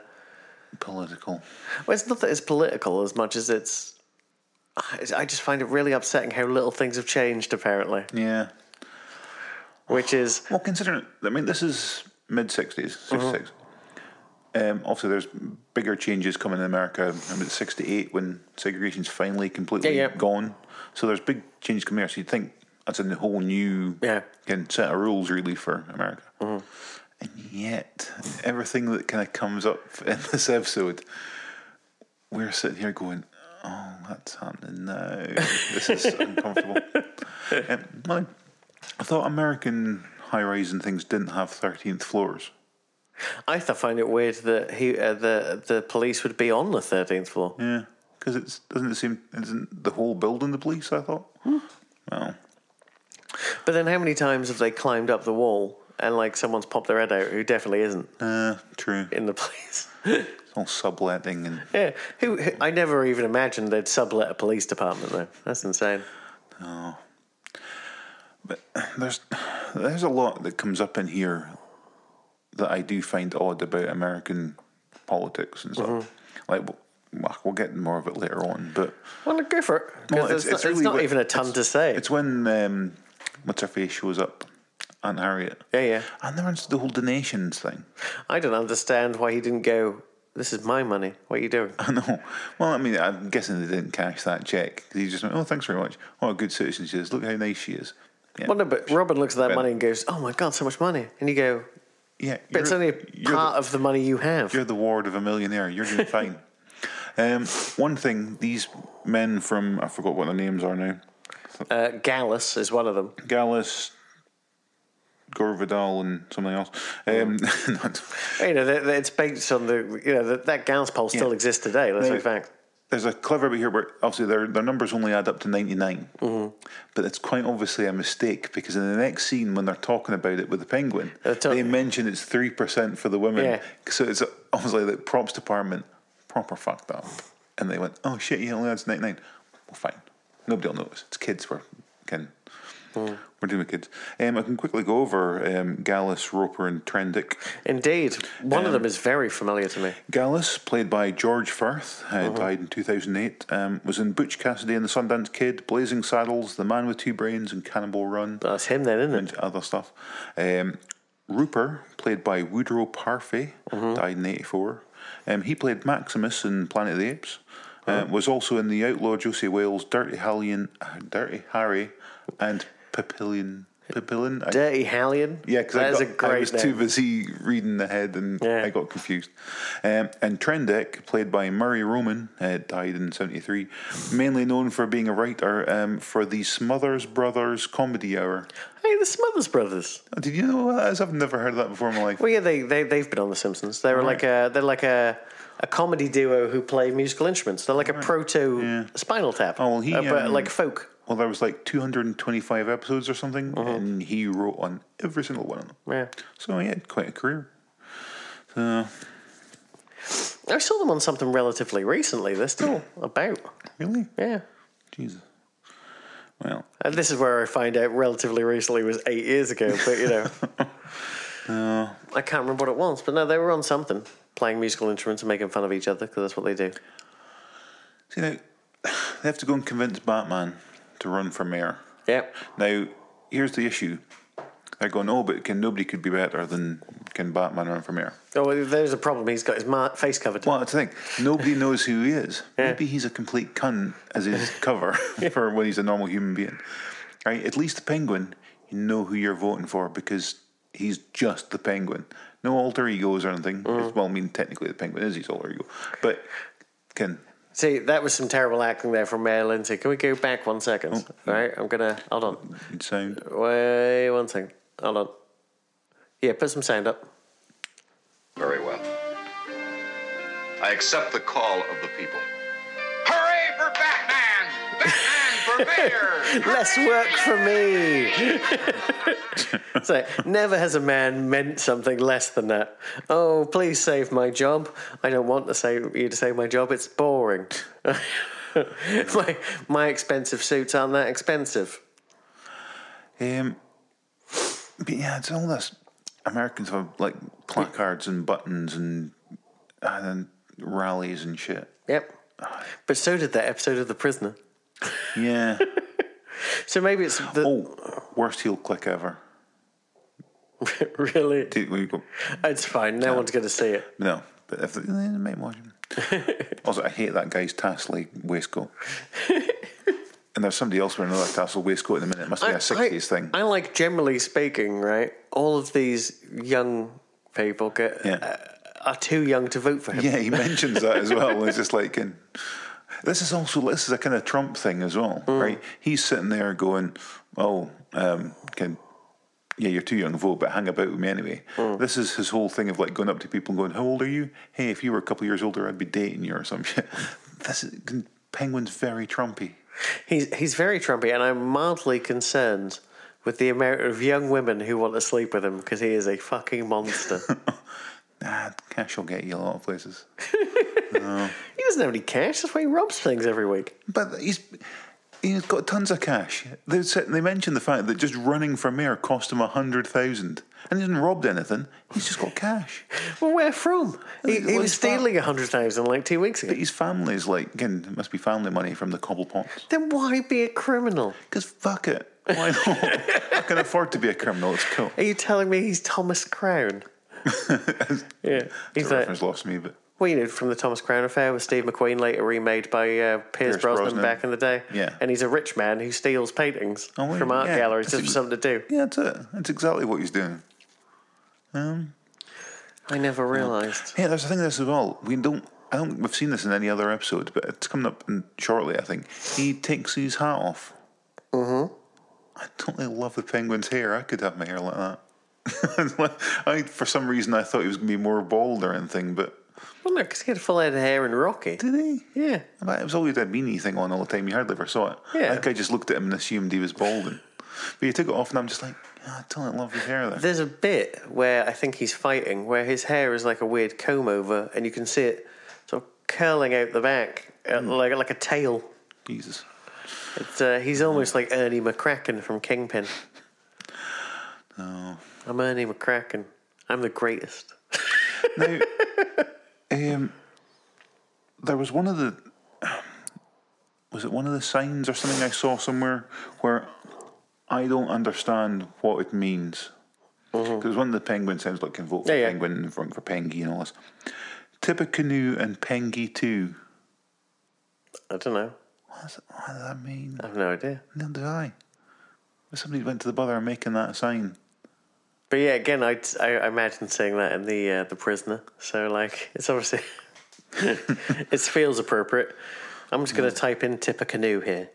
[SPEAKER 2] Political.
[SPEAKER 1] well, it's not that it's political as much as it's. I I just find it really upsetting how little things have changed, apparently.
[SPEAKER 2] Yeah.
[SPEAKER 1] Which is
[SPEAKER 2] Well, considering, I mean, this is mid 60s,
[SPEAKER 1] Mm-hmm.
[SPEAKER 2] 66. Um, obviously, there's bigger changes coming in America. I mean, it's 68 when segregation's finally completely
[SPEAKER 1] Yeah, yeah.
[SPEAKER 2] gone. So there's big changes coming here. So you'd think that's a whole new
[SPEAKER 1] Yeah.
[SPEAKER 2] kind of set of rules, really, for America. And yet, everything that kind of comes up in this episode, we're sitting here going, oh, that's happening now. This is uncomfortable. Um, my- I thought American high rise and things didn't have 13th floors.
[SPEAKER 1] I th- find it weird that he uh, the the police would be on the thirteenth floor.
[SPEAKER 2] Yeah. Because it doesn't it seem, isn't the whole building the police? I thought. Well,
[SPEAKER 1] But then how many times have they climbed up the wall and like someone's popped their head out who definitely isn't
[SPEAKER 2] uh, true.
[SPEAKER 1] in the place?
[SPEAKER 2] It's all subletting and
[SPEAKER 1] yeah, who, who I never even imagined they'd sublet a police department though. That's insane.
[SPEAKER 2] there's there's a lot that comes up in here that I do find odd about American politics and stuff.
[SPEAKER 1] Mm-hmm.
[SPEAKER 2] Like, we'll, we'll get more of it later on, but
[SPEAKER 1] Well, go for it. 'Cause
[SPEAKER 2] Well,
[SPEAKER 1] there's
[SPEAKER 2] it's- it's
[SPEAKER 1] not- there's
[SPEAKER 2] really
[SPEAKER 1] not
[SPEAKER 2] what-
[SPEAKER 1] even a ton to say.
[SPEAKER 2] it's when um, what's her face shows up, Aunt Harriet.
[SPEAKER 1] yeah, yeah.
[SPEAKER 2] And they're into the whole donations thing.
[SPEAKER 1] I don't understand why he didn't go. This is my money. What are you doing?
[SPEAKER 2] I know. Well, I mean, I'm guessing they didn't cash that check 'cause he just went, "Oh, thanks very much. Oh, a good citizen she is. Look how nice she is." Yeah,
[SPEAKER 1] Well, no, but Robin looks at that
[SPEAKER 2] Ben.
[SPEAKER 1] money and goes, "Oh my god, so much money!" And you go,
[SPEAKER 2] yeah.
[SPEAKER 1] "But it's only a
[SPEAKER 2] you're
[SPEAKER 1] part
[SPEAKER 2] the,
[SPEAKER 1] of the money you have."
[SPEAKER 2] you're the ward of a millionaire. You're doing fine. Um, one thing, these men from I forgot what their names are now.
[SPEAKER 1] Uh, Gallus is one of them.
[SPEAKER 2] Gallus, Gore Vidal, and something else. Um,
[SPEAKER 1] You know, that- that it's based on the you know that, that Gallus poll still
[SPEAKER 2] Yeah.
[SPEAKER 1] exists today. Let's
[SPEAKER 2] Now,
[SPEAKER 1] be frank.
[SPEAKER 2] There's a clever bit here where obviously their their numbers only add up to 99,
[SPEAKER 1] Mm-hmm.
[SPEAKER 2] but it's quite obviously a mistake because in the next scene when they're talking about it with the penguin,
[SPEAKER 1] They're talk-
[SPEAKER 2] they mention it's three percent for the women.
[SPEAKER 1] Yeah.
[SPEAKER 2] So it's obviously the props department proper fucked up, and they went, "Oh shit, yeah, only adds 99." Well, fine, nobody'll notice. It's kids. We're can.
[SPEAKER 1] Mm.
[SPEAKER 2] We're doing with kids. Um, I can quickly go over um, Gallus, Roper, and Trendick.
[SPEAKER 1] Indeed, one of
[SPEAKER 2] Um,
[SPEAKER 1] them is very familiar to me.
[SPEAKER 2] Gallus, played by George Firth, uh, died in 2008, um, was in Butch Cassidy and the Sundance Kid, Blazing Saddles, The Man with Two Brains, and Cannibal Run,
[SPEAKER 1] That's him then, isn't
[SPEAKER 2] and other stuff. Um, Rooper, played by Woodrow Parfait, died in 84. Um, he played Maximus in Planet of the Apes. Uh, was also in The Outlaw Josie Wales, Dirty, Hallion, Dirty Harry, and Papillion. Papillon? I-
[SPEAKER 1] it? Dirty Hallion.
[SPEAKER 2] yeah, because
[SPEAKER 1] that
[SPEAKER 2] I,
[SPEAKER 1] is
[SPEAKER 2] got-
[SPEAKER 1] a great
[SPEAKER 2] I was
[SPEAKER 1] name.
[SPEAKER 2] too busy reading ahead and
[SPEAKER 1] Yeah.
[SPEAKER 2] I got confused. Um, and Trendick, played by Murray Roman, uh, died in '73, mainly known for being a writer um, for the Smothers Brothers Comedy Hour. Uh,
[SPEAKER 1] Hey, the Smothers Brothers.
[SPEAKER 2] Did you know that? is? I've never heard of that before in my life.
[SPEAKER 1] Well, yeah, they they they've been on The Simpsons. They were like a they're like a a comedy duo who play musical instruments. They're like a proto
[SPEAKER 2] Yeah.
[SPEAKER 1] Spinal Tap.
[SPEAKER 2] Oh, well, he,
[SPEAKER 1] uh, but
[SPEAKER 2] um,
[SPEAKER 1] like folk.
[SPEAKER 2] Well, there was like 225 episodes or something,
[SPEAKER 1] Uh-huh.
[SPEAKER 2] and he wrote on every single one of them.
[SPEAKER 1] Yeah,
[SPEAKER 2] So he had quite a career.
[SPEAKER 1] I saw them on something relatively recently. They're still about.
[SPEAKER 2] Really?
[SPEAKER 1] Yeah.
[SPEAKER 2] Jesus. Well,
[SPEAKER 1] And this is where I find out relatively recently was eight years ago, but you know. I can't remember what it was, but no, they were on something, playing musical instruments and making fun of each other, because that's what they do.
[SPEAKER 2] see now they have to go and convince Batman to run for mayor.
[SPEAKER 1] Yeah.
[SPEAKER 2] Now, here's the issue. They're going, oh, but can nobody could be better than can Batman run for mayor?
[SPEAKER 1] Oh, well, there's a problem. He's got his ma- face covered.
[SPEAKER 2] Well, that's the thing. Nobody knows who he is. Maybe he's a complete cunt as his cover for when he's a normal human being. Right? At least the Penguin, you know who you're voting for because he's just the Penguin. No alter egos or anything. It's- Well, I mean, technically the Penguin is his alter ego, but can
[SPEAKER 1] See, that was some terrible acting there from Mayor Lindsay. Can we go back one second? All right, I'm gonna hold on.
[SPEAKER 2] sound
[SPEAKER 1] Wait one second. Hold on. Yeah, put some sound up.
[SPEAKER 4] Very well. I accept the call of the people. Hooray for Batman! Batman for mayor!
[SPEAKER 1] Less work for me. so, never has a man meant something less than that. Oh, please save my job. I don't want to save you to save my job. It's boring. my my expensive suits aren't that expensive.
[SPEAKER 2] Um, but yeah, it's all this. Americans have like placards and buttons and and rallies and shit.
[SPEAKER 1] Yep. But so did that episode of The Prisoner.
[SPEAKER 2] Yeah.
[SPEAKER 1] So maybe it's the
[SPEAKER 2] oh, worst heel click ever.
[SPEAKER 1] really.
[SPEAKER 2] Did we go?
[SPEAKER 1] It's fine. No one's going to see it.
[SPEAKER 2] No, but if they, they might watch him. also, I hate that guy's tassel waistcoat. and there's somebody else wearing another tassel waistcoat in a minute. It must be a '60s
[SPEAKER 1] I,
[SPEAKER 2] thing.
[SPEAKER 1] I like generally speaking, right? All of these young people get
[SPEAKER 2] Yeah.
[SPEAKER 1] uh, are too young to vote for him.
[SPEAKER 2] Yeah, he mentions that as well. It's just like, and this is also this is a kind of Trump thing as well, right? He's sitting there going, "Oh, um, can yeah, you're too young to vote, but hang about with me anyway." This is his whole thing of like going up to people and going, "How old are you? Hey, if you were a couple years older, I'd be dating you or some shit." This is, Penguin's very Trumpy.
[SPEAKER 1] He's he's very Trumpy, and I'm mildly concerned with the amount of young women who want to sleep with him because he is a fucking monster.
[SPEAKER 2] Nah, Ah, cash will get you a lot of places.
[SPEAKER 1] he doesn't have any cash. That's why he robs things every week.
[SPEAKER 2] But he's he's got tons of cash. They said, they mentioned the fact that just running for mayor cost him a hundred thousand, and he hasn't robbed anything. He's just got cash.
[SPEAKER 1] Well, where from? He,
[SPEAKER 2] Well,
[SPEAKER 1] he was
[SPEAKER 2] his fam-
[SPEAKER 1] stealing a hundred thousand like two weeks ago.
[SPEAKER 2] But his family's like again, it must be family money from the cobblepots.
[SPEAKER 1] Then why be a criminal?
[SPEAKER 2] Because fuck it, why not? I can afford to be a criminal. It's cool.
[SPEAKER 1] Are you telling me he's Thomas Crown? yeah,
[SPEAKER 2] The
[SPEAKER 1] he's like,
[SPEAKER 2] reference lost me, but
[SPEAKER 1] well, you know, from the Thomas Crown affair with Steve McQueen, later remade by uh, Piers,
[SPEAKER 2] Pierce
[SPEAKER 1] Brosnan,
[SPEAKER 2] Brosnan.
[SPEAKER 1] back in the day.
[SPEAKER 2] Yeah.
[SPEAKER 1] and he's a rich man who steals paintings
[SPEAKER 2] Oh, wait,
[SPEAKER 1] from art
[SPEAKER 2] yeah.
[SPEAKER 1] galleries just
[SPEAKER 2] That's
[SPEAKER 1] for
[SPEAKER 2] ex-
[SPEAKER 1] something to do.
[SPEAKER 2] yeah, that's it. That's exactly what he's doing.
[SPEAKER 1] I never realised.
[SPEAKER 2] Yeah, there's a thing this as well. We don't. I don't. We've seen this in any other episode, but it's coming up in, shortly. I think he takes his hat off. Mm-hmm. I totally love the penguin's hair. I could have my hair like that. I, for some reason, I thought he was going to be more bald or anything, but
[SPEAKER 1] Well, no, because he had full head of hair in Rocky.
[SPEAKER 2] did he?
[SPEAKER 1] Yeah,
[SPEAKER 2] But it was always that beanie thing on all the time. You hardly ever saw it.
[SPEAKER 1] Yeah.
[SPEAKER 2] I think I just looked at him and assumed he was balding. But he took it off, and I'm just like, yeah, I totally love his hair there.
[SPEAKER 1] there's a bit where I think he's fighting, where his hair is like a weird comb over, and you can see it sort of curling out the back, uh,
[SPEAKER 2] Hmm.
[SPEAKER 1] like like a tail.
[SPEAKER 2] Jesus.
[SPEAKER 1] It's, uh,
[SPEAKER 2] Hmm.
[SPEAKER 1] he's almost like Ernie McCracken from Kingpin.
[SPEAKER 2] Oh.
[SPEAKER 1] No. I'm Ernie McCracken. I'm the greatest.
[SPEAKER 2] Now, um, there was one of the was it one of the signs or something I saw somewhere where I don't understand what it means because one of the penguin sounds like can vote for
[SPEAKER 1] Mm-hmm. Yeah, yeah.
[SPEAKER 2] penguin and vote for pengy and all this. Tippecanoe and pengy too.
[SPEAKER 1] I don't know.
[SPEAKER 2] What does, what does that mean?
[SPEAKER 1] I have no idea.
[SPEAKER 2] Neither do I. But somebody went to the bother of making that sign.
[SPEAKER 1] But yeah, again, I, I, I imagine seeing that in the uh, the prisoner. So like, it's obviously it feels appropriate. I'm just gonna type in Tippecanoe here.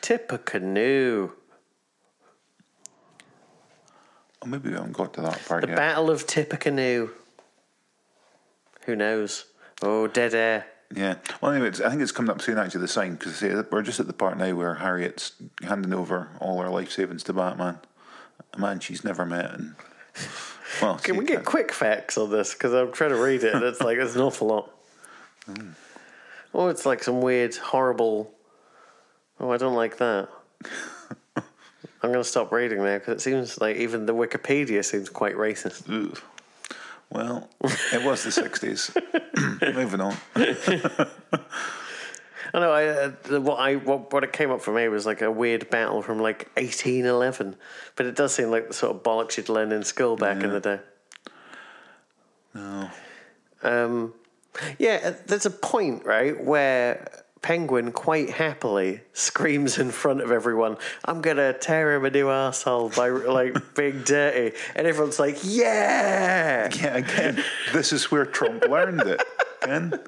[SPEAKER 1] Tippecanoe.
[SPEAKER 2] Oh, maybe we haven't got to that part
[SPEAKER 1] The
[SPEAKER 2] yet.
[SPEAKER 1] Battle of Tippecanoe. Who knows? Oh, dead air.
[SPEAKER 2] Yeah. Well, anyway, it's, I think it's coming up soon, actually, the sign, because we're just at the part now where Harriet's handing over all her life savings to Batman, a man she's never met. And, well,
[SPEAKER 1] Can we
[SPEAKER 2] see,
[SPEAKER 1] get quick facts on this? Because I'm trying to read it, and it's like there's an awful lot. Oh, it's like some weird, horrible. Oh, I don't like that. I'm going to stop reading now because it seems like even the Wikipedia seems quite racist.
[SPEAKER 2] Ooh. uh, Well, it was the 60s. Moving on.
[SPEAKER 1] I know. I uh, the- what I what, what it came up for me was like a weird battle from like 1811, but it does seem like the sort of bollocks you'd learn in school back in the day.
[SPEAKER 2] No.
[SPEAKER 1] Um, yeah, uh, there's a point, right, where Penguin quite happily screams in front of everyone, I'm going to tear him a new arsehole by, like, being dirty. And everyone's like, yeah!
[SPEAKER 2] Yeah, again, this is where Trump learned it. Ken.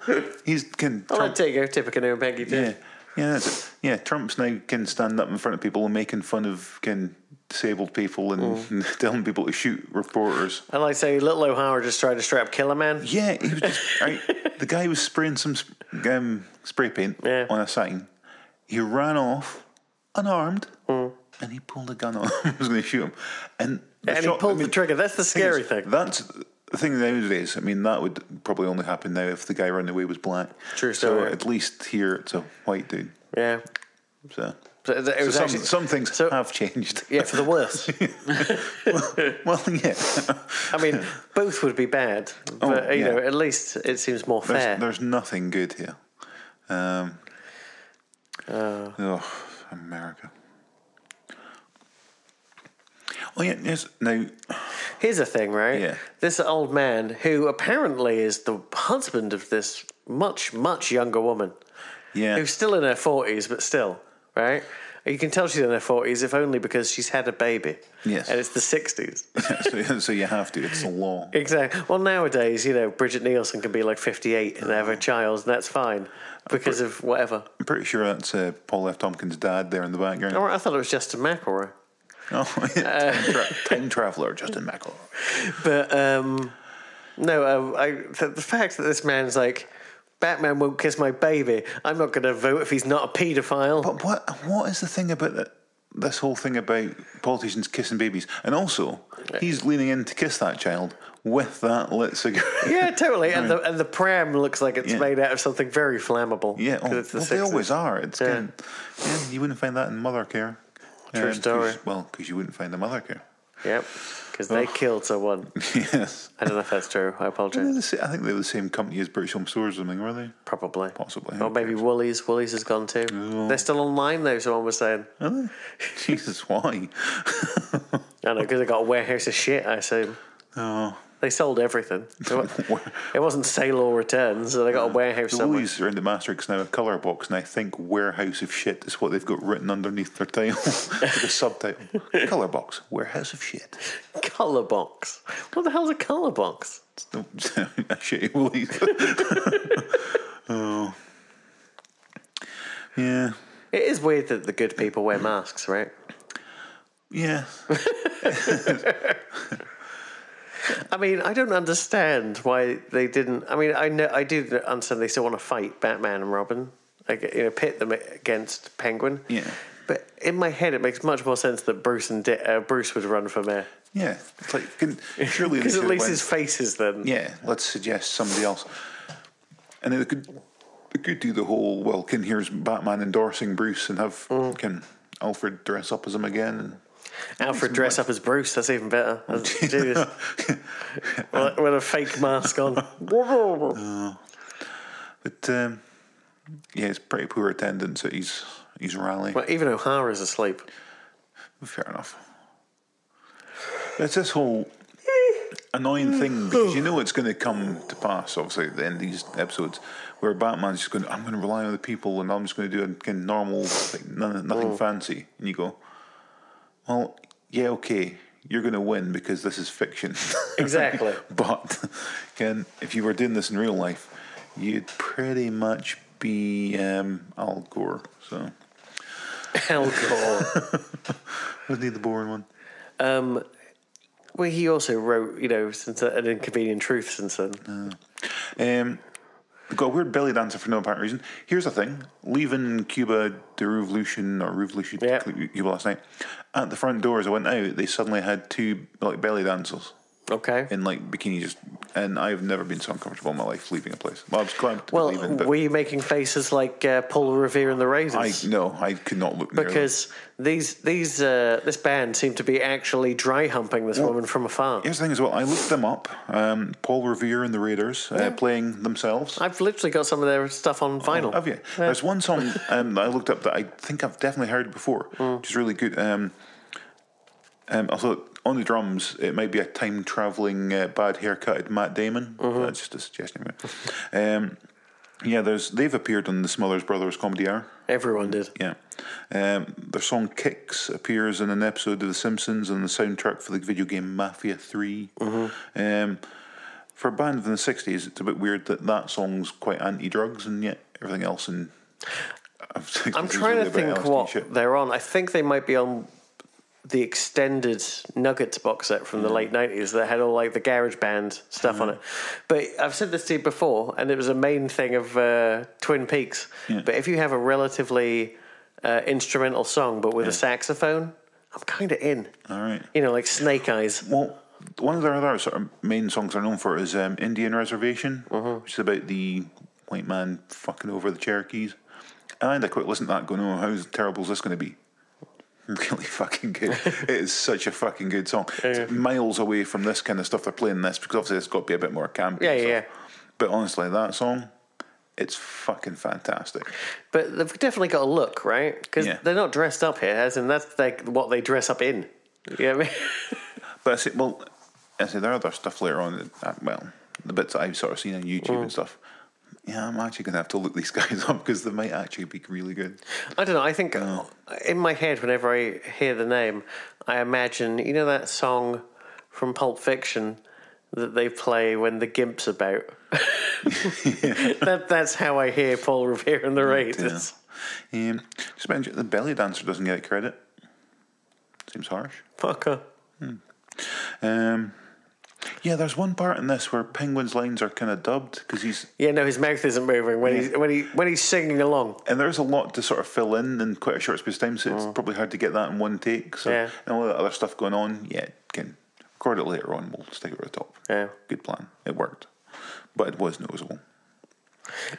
[SPEAKER 2] He's can
[SPEAKER 1] I'll
[SPEAKER 2] Trump,
[SPEAKER 1] take you, Tippecanoe and Peggy too.
[SPEAKER 2] yeah, yeah, that's it. yeah. Trump's now can stand up in front of people and making fun of can disabled people and
[SPEAKER 1] Oh.
[SPEAKER 2] telling people to shoot reporters.
[SPEAKER 1] And like say, Little O'Hara just tried to strap Killer Man.
[SPEAKER 2] Yeah, he was just right, the guy was spraying some sp- um, spray paint
[SPEAKER 1] Yeah.
[SPEAKER 2] on a sign. He ran off unarmed,
[SPEAKER 1] Hmm.
[SPEAKER 2] and he pulled a gun on him. He was going to shoot him, and the
[SPEAKER 1] And
[SPEAKER 2] shot-
[SPEAKER 1] he pulled
[SPEAKER 2] I mean,
[SPEAKER 1] the trigger. That's the scary
[SPEAKER 2] is,
[SPEAKER 1] thing.
[SPEAKER 2] That's the thing nowadays. I mean, that would probably only happen now if the guy running away was black.
[SPEAKER 1] True
[SPEAKER 2] So
[SPEAKER 1] story.
[SPEAKER 2] at least here it's a white dude.
[SPEAKER 1] yeah.
[SPEAKER 2] So,
[SPEAKER 1] So it
[SPEAKER 2] so
[SPEAKER 1] was
[SPEAKER 2] some,
[SPEAKER 1] actually-
[SPEAKER 2] some things
[SPEAKER 1] so-
[SPEAKER 2] have changed.
[SPEAKER 1] Yeah, for the worse.
[SPEAKER 2] well, yeah.
[SPEAKER 1] I mean, both would be bad, but you
[SPEAKER 2] Oh, yeah.
[SPEAKER 1] know, at least it seems more
[SPEAKER 2] There's,
[SPEAKER 1] fair.
[SPEAKER 2] there's nothing good here. Um, oh, America. Oh yeah, yes. Now,
[SPEAKER 1] Here's the thing, right?
[SPEAKER 2] Yeah.
[SPEAKER 1] This old man, who apparently is the husband of this much, much younger woman,
[SPEAKER 2] yeah,
[SPEAKER 1] who's still in her 40s, but still, right? You can tell she's in her 40s, if only because she's had a baby.
[SPEAKER 2] Yes.
[SPEAKER 1] And it's the 60s.
[SPEAKER 2] so, so you have to. It's the law.
[SPEAKER 1] exactly. Well, nowadays, you know, Bridget Nielsen can be like 58 and
[SPEAKER 2] Uh.
[SPEAKER 1] have a child, and that's fine because of whatever.
[SPEAKER 2] I'm pretty sure that's uh, Paul F. Tompkins' dad there in the background.
[SPEAKER 1] All right, Uh, I thought it was Justin McElroy.
[SPEAKER 2] Oh, yeah. time, tra- time traveler Justin McElroy.
[SPEAKER 1] uh, But um, no, um, I, the, the fact that this man's like Batman won't kiss my baby. I'm not going to vote if he's not a paedophile.
[SPEAKER 2] But what what is the thing about that? This whole thing about politicians kissing babies, and also
[SPEAKER 1] Uh,
[SPEAKER 2] he's leaning in to kiss that child with that lit cigarette.
[SPEAKER 1] yeah, totally. And the and the pram looks like it's
[SPEAKER 2] Yeah.
[SPEAKER 1] made out of something very flammable.
[SPEAKER 2] Yeah, oh,
[SPEAKER 1] 'cause it's the
[SPEAKER 2] well, they
[SPEAKER 1] 60s.
[SPEAKER 2] always are. It's
[SPEAKER 1] Yeah.
[SPEAKER 2] kind yeah, you wouldn't find that in mother care.
[SPEAKER 1] True story.
[SPEAKER 2] 'cause- well, because you wouldn't find the mother care.
[SPEAKER 1] Yep, because they killed someone.
[SPEAKER 2] yes.
[SPEAKER 1] I don't know if that's true. I
[SPEAKER 2] They're
[SPEAKER 1] apologize.
[SPEAKER 2] the sa- I think they were the same company as British Home Stores or something, were they?
[SPEAKER 1] Probably.
[SPEAKER 2] Possibly. Oh.
[SPEAKER 1] Or maybe Woolies. Woolies has gone too. They're still online though. Someone was saying.
[SPEAKER 2] Are they? Jesus, why?
[SPEAKER 1] I don't know because they got a warehouse of shit. I assume.
[SPEAKER 2] Oh,
[SPEAKER 1] They sold everything. It wa- it wasn't sale or return, so they got a warehouse
[SPEAKER 2] the
[SPEAKER 1] somewhere.
[SPEAKER 2] Woolies are in the Masterix now, a colour box, and I think Warehouse of Shit is what they've got written underneath their title with a subtitle. colour box, Warehouse of Shit.
[SPEAKER 1] Colour box. What the hell's a colour box?
[SPEAKER 2] It's no- a shitty Woolies. oh. Yeah.
[SPEAKER 1] It is weird that the good people wear masks, right?
[SPEAKER 2] Yeah.
[SPEAKER 1] I mean, I don't understand why they didn't. I mean, I know I do understand they still want to fight Batman and Robin, like you know, pit them against Penguin.
[SPEAKER 2] Yeah.
[SPEAKER 1] But in my head, it makes much more sense that Bruce and Di- uh, Bruce would run for mayor
[SPEAKER 2] Yeah. It's like, can, surely they
[SPEAKER 1] because at
[SPEAKER 2] should
[SPEAKER 1] least
[SPEAKER 2] went-
[SPEAKER 1] his face is then.
[SPEAKER 2] yeah, let's suggest somebody else. And then they could they could do the whole well, can here's Batman endorsing Bruce and have
[SPEAKER 1] Mm.
[SPEAKER 2] can Alfred dress up as him again and
[SPEAKER 1] Alfred dress up as Bruce. That's even better. That's- Jesus. With with a fake mask on.
[SPEAKER 2] but um, yeah, it's pretty poor attendance at his his rally.
[SPEAKER 1] Well, even O'Hara's asleep.
[SPEAKER 2] Fair enough. It's this whole annoying thing because you know it's going to come to pass, obviously, at the end of these episodes, where Batman's just going, I'm going to rely on the people and I'm just going to do a kind of normal, like, none, nothing fancy. And you go, well, yeah, okay, you're going to win because this is fiction.
[SPEAKER 1] Exactly.
[SPEAKER 2] but again, if you were doing this in real life, you'd pretty much be um, Al Gore. So,
[SPEAKER 1] Alcohol.
[SPEAKER 2] wasn't he the boring one?
[SPEAKER 1] Um, well, he also wrote, you know, since uh, an inconvenient truth since then.
[SPEAKER 2] Um, they've got a weird belly dancer for no apparent reason. Here's the thing: leaving Cuba de Revolution or Revolution
[SPEAKER 1] Yeah.
[SPEAKER 2] Cuba last night, at the front door as I went out, they suddenly had two like belly dancers
[SPEAKER 1] Okay.
[SPEAKER 2] in like bikinis, just, and I've never been so uncomfortable in my life leaving a place. Well, I was glad to be
[SPEAKER 1] well,
[SPEAKER 2] leaving, but
[SPEAKER 1] were you making faces like uh, Paul Revere and the
[SPEAKER 2] I
[SPEAKER 1] Raisins?
[SPEAKER 2] no, I could not look near them.
[SPEAKER 1] because these these uh, this band seemed to be actually dry humping this woman from afar.
[SPEAKER 2] Here's the thing as well. I looked them up. Um, Paul Revere and the Raiders uh, playing themselves.
[SPEAKER 1] I've literally got some of their stuff on vinyl.
[SPEAKER 2] Oh, Have you? There's one song um, that I looked up that I think I've definitely heard before, which is really good. Um, um, also, on the drums, it might be a time traveling, uh, bad haircutted Matt Damon. That's just a suggestion. Anyway. Um, yeah, there's they've appeared on the Smothers Brothers Comedy Hour.
[SPEAKER 1] Everyone did.
[SPEAKER 2] Yeah. Um, their song Kicks appears in an episode of The Simpsons and the soundtrack for the video game Mafia 3.
[SPEAKER 1] Mm-hmm.
[SPEAKER 2] Um, for a band in the 60s, it's a bit weird that that song's quite anti drugs and yet everything else in.
[SPEAKER 1] I'm trying to think what they're on. I think they might be on the extended Nuggets box set from the late nineties that had all like the garage band stuff on it. But I've said this to you before, and it was a main thing of uh, Twin Peaks. But if you have a relatively uh, instrumental song but with a saxophone, I'm kind of in.
[SPEAKER 2] All right.
[SPEAKER 1] You know, like Snake Eyes.
[SPEAKER 2] Well, one of their other sort of main songs they're known for is um, Indian Reservation,
[SPEAKER 1] Mm-hmm.
[SPEAKER 2] which is about the white man fucking over the Cherokees. And I had a quick listen to that going, oh, how terrible is this going to be? Really fucking good. it is such a fucking good song. It's miles away from this kind of stuff they're playing this because obviously it's got to be a bit more campy.
[SPEAKER 1] Yeah,
[SPEAKER 2] and
[SPEAKER 1] yeah,
[SPEAKER 2] stuff. But honestly, that song, it's fucking fantastic.
[SPEAKER 1] But they've definitely got a look, right? Because
[SPEAKER 2] Yeah.
[SPEAKER 1] they're not dressed up here, as in that's like what they dress up in. You know what I mean?
[SPEAKER 2] But I say, well, I say there are other stuff later on. That, uh, well, the bits that I've sort of seen on YouTube and stuff. Yeah, I'm actually gonna have to look these guys up because they might actually be really good.
[SPEAKER 1] I don't know. I think uh, in my head, whenever I hear the name, I imagine you know that song from Pulp Fiction that they play when the gimp's about. that that's how I hear Paul Revere and the Raiders.
[SPEAKER 2] Um, just mention the belly dancer doesn't get credit. Seems harsh.
[SPEAKER 1] Fucker.
[SPEAKER 2] Um, Yeah, there's one part in this where Penguin's lines are kind of dubbed because he's
[SPEAKER 1] Yeah, no, his mouth isn't moving when he's when he when he's singing along.
[SPEAKER 2] and there's a lot to sort of fill in in quite a short space of time, so it's probably hard to get that in one take. So
[SPEAKER 1] Mm. Yeah.
[SPEAKER 2] and all that other stuff going on, yeah, can record it later on. We'll stick it at the top.
[SPEAKER 1] Yeah.
[SPEAKER 2] good plan. It worked, but it was noticeable.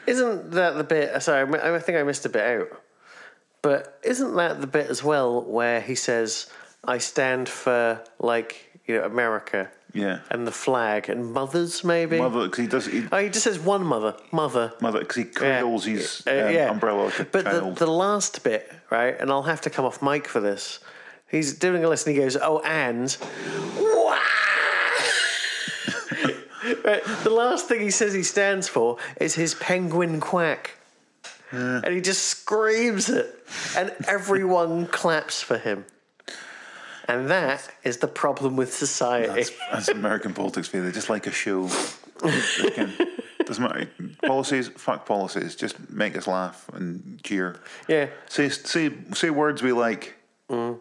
[SPEAKER 1] Isn't that the bit? uh, Sorry, I mi- I think I missed a bit out. But isn't that the bit as well where he says, "I stand for like you know America
[SPEAKER 2] Yeah,
[SPEAKER 1] and the flag and mothers maybe."
[SPEAKER 2] mother because he does he,
[SPEAKER 1] Oh, he just says one mother, mother.
[SPEAKER 2] mother because he
[SPEAKER 1] Yeah.
[SPEAKER 2] cradles his
[SPEAKER 1] Uh,
[SPEAKER 2] um, umbrella like a
[SPEAKER 1] But
[SPEAKER 2] child.
[SPEAKER 1] The, the last bit, right? And I'll have to come off mic for this. He's doing a listen. He goes, "Oh, and." Wah! Right, the last thing he says he stands for is his penguin quack, and he just screams it, and everyone claps for him. And that is the problem with society.
[SPEAKER 2] That's, that's American politics for you. They just like a show. They can- doesn't matter. Policies, fuck policies. Just make us laugh and cheer.
[SPEAKER 1] Yeah.
[SPEAKER 2] Say say say words we like. yeah,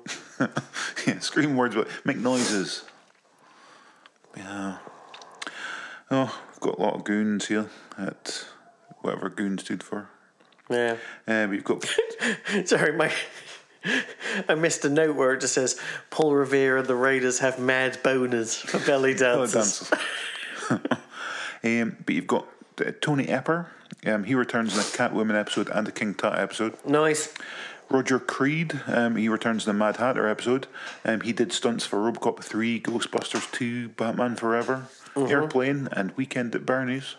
[SPEAKER 2] scream words, but make noises. Yeah. Oh, we've got a lot of goons here at whatever goon stood for.
[SPEAKER 1] yeah.
[SPEAKER 2] Uh, we've got
[SPEAKER 1] Sorry, my I missed a note where it just says Paul Revere and the Raiders have mad boners for belly
[SPEAKER 2] Other
[SPEAKER 1] dances.
[SPEAKER 2] dances. um, but you've got uh, Tony Epper. Um, he returns in a Catwoman episode and a King Tut episode.
[SPEAKER 1] nice.
[SPEAKER 2] Roger Creed. Um, he returns in the Mad Hatter episode. Um, he did stunts for RoboCop 3, Ghostbusters 2, Batman Forever,
[SPEAKER 1] Uh-huh.
[SPEAKER 2] Airplane, and Weekend at Bernie's.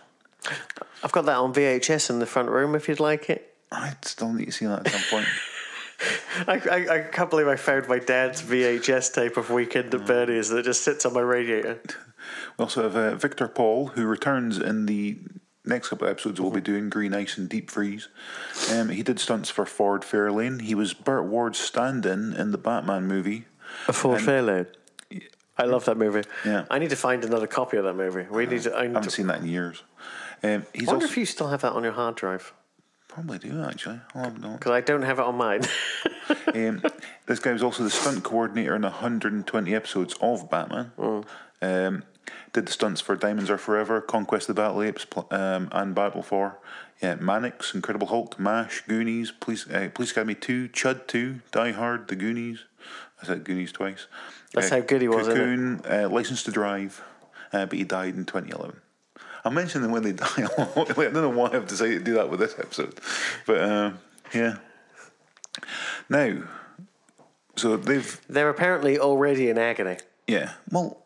[SPEAKER 1] I've got that on VHS in the front room if you'd like it.
[SPEAKER 2] I still need to see that at some point.
[SPEAKER 1] I, I, I can't believe I found my dad's VHS tape of Weekend
[SPEAKER 2] Mm.
[SPEAKER 1] at Bernie's that just sits on my radiator.
[SPEAKER 2] we also have uh, Victor Paul, who returns in the next couple of episodes. We'll be
[SPEAKER 1] Uh-huh.
[SPEAKER 2] doing Green Ice and Deep Freeze. Um, he did stunts for Ford Fairlane. He was Burt Ward's stand-in in the Batman movie.
[SPEAKER 1] A Ford Fairlane. I love that movie.
[SPEAKER 2] Yeah.
[SPEAKER 1] I need to find another copy of that movie. We need to. I,
[SPEAKER 2] I
[SPEAKER 1] need
[SPEAKER 2] haven't
[SPEAKER 1] to
[SPEAKER 2] seen that in years. Um, he's
[SPEAKER 1] I wonder
[SPEAKER 2] also
[SPEAKER 1] if you still have that on your hard drive
[SPEAKER 2] probably do actually. I'll have a look.
[SPEAKER 1] because I don't have it on mine.
[SPEAKER 2] Um, this guy was also the stunt coordinator in 120 episodes of Batman.
[SPEAKER 1] Hmm.
[SPEAKER 2] Um, did the stunts for Diamonds Are Forever, Conquest of the Battle Apes, pl- um, and Battle for yeah, Mannix, Incredible Hulk, Mash, Goonies, Police, uh, Police Academy 2, Chud 2, Die Hard, The Goonies. I said Goonies twice. Uh,
[SPEAKER 1] That's how good he was, isn't it?
[SPEAKER 2] Cocoon, uh, License to Drive, uh, but he died in 2011. I mentioned them when they die a lot. I don't know why I've decided to do that with this episode. But um, yeah. Now, so they've
[SPEAKER 1] They're apparently already in agony,
[SPEAKER 2] yeah. Well,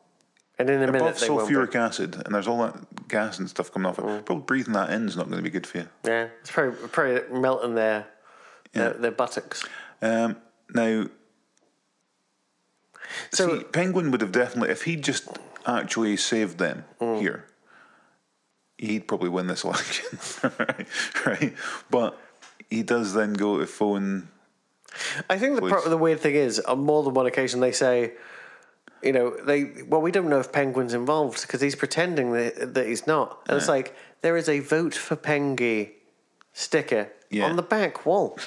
[SPEAKER 1] and in a minute
[SPEAKER 2] above
[SPEAKER 1] they Mm. won't. be.
[SPEAKER 2] sulfuric acid, and there's all that gas and stuff coming off it. Probably breathing that in is not going to be good for you.
[SPEAKER 1] Yeah, it's probably probably melting their their, their buttocks.
[SPEAKER 2] Um, now,
[SPEAKER 1] So-
[SPEAKER 2] see, Penguin would have definitely, if he just actually saved them
[SPEAKER 1] Mm.
[SPEAKER 2] here, he'd probably win this election, right? right? But he does then go to phone.
[SPEAKER 1] I think the pro-
[SPEAKER 2] Please.
[SPEAKER 1] the weird thing is, on more than one occasion, they say, you know, they well, we don't know if Penguin's involved because he's pretending that, that he's not, and it's like there is a vote for Pengy sticker
[SPEAKER 2] Yeah.
[SPEAKER 1] on the back wall.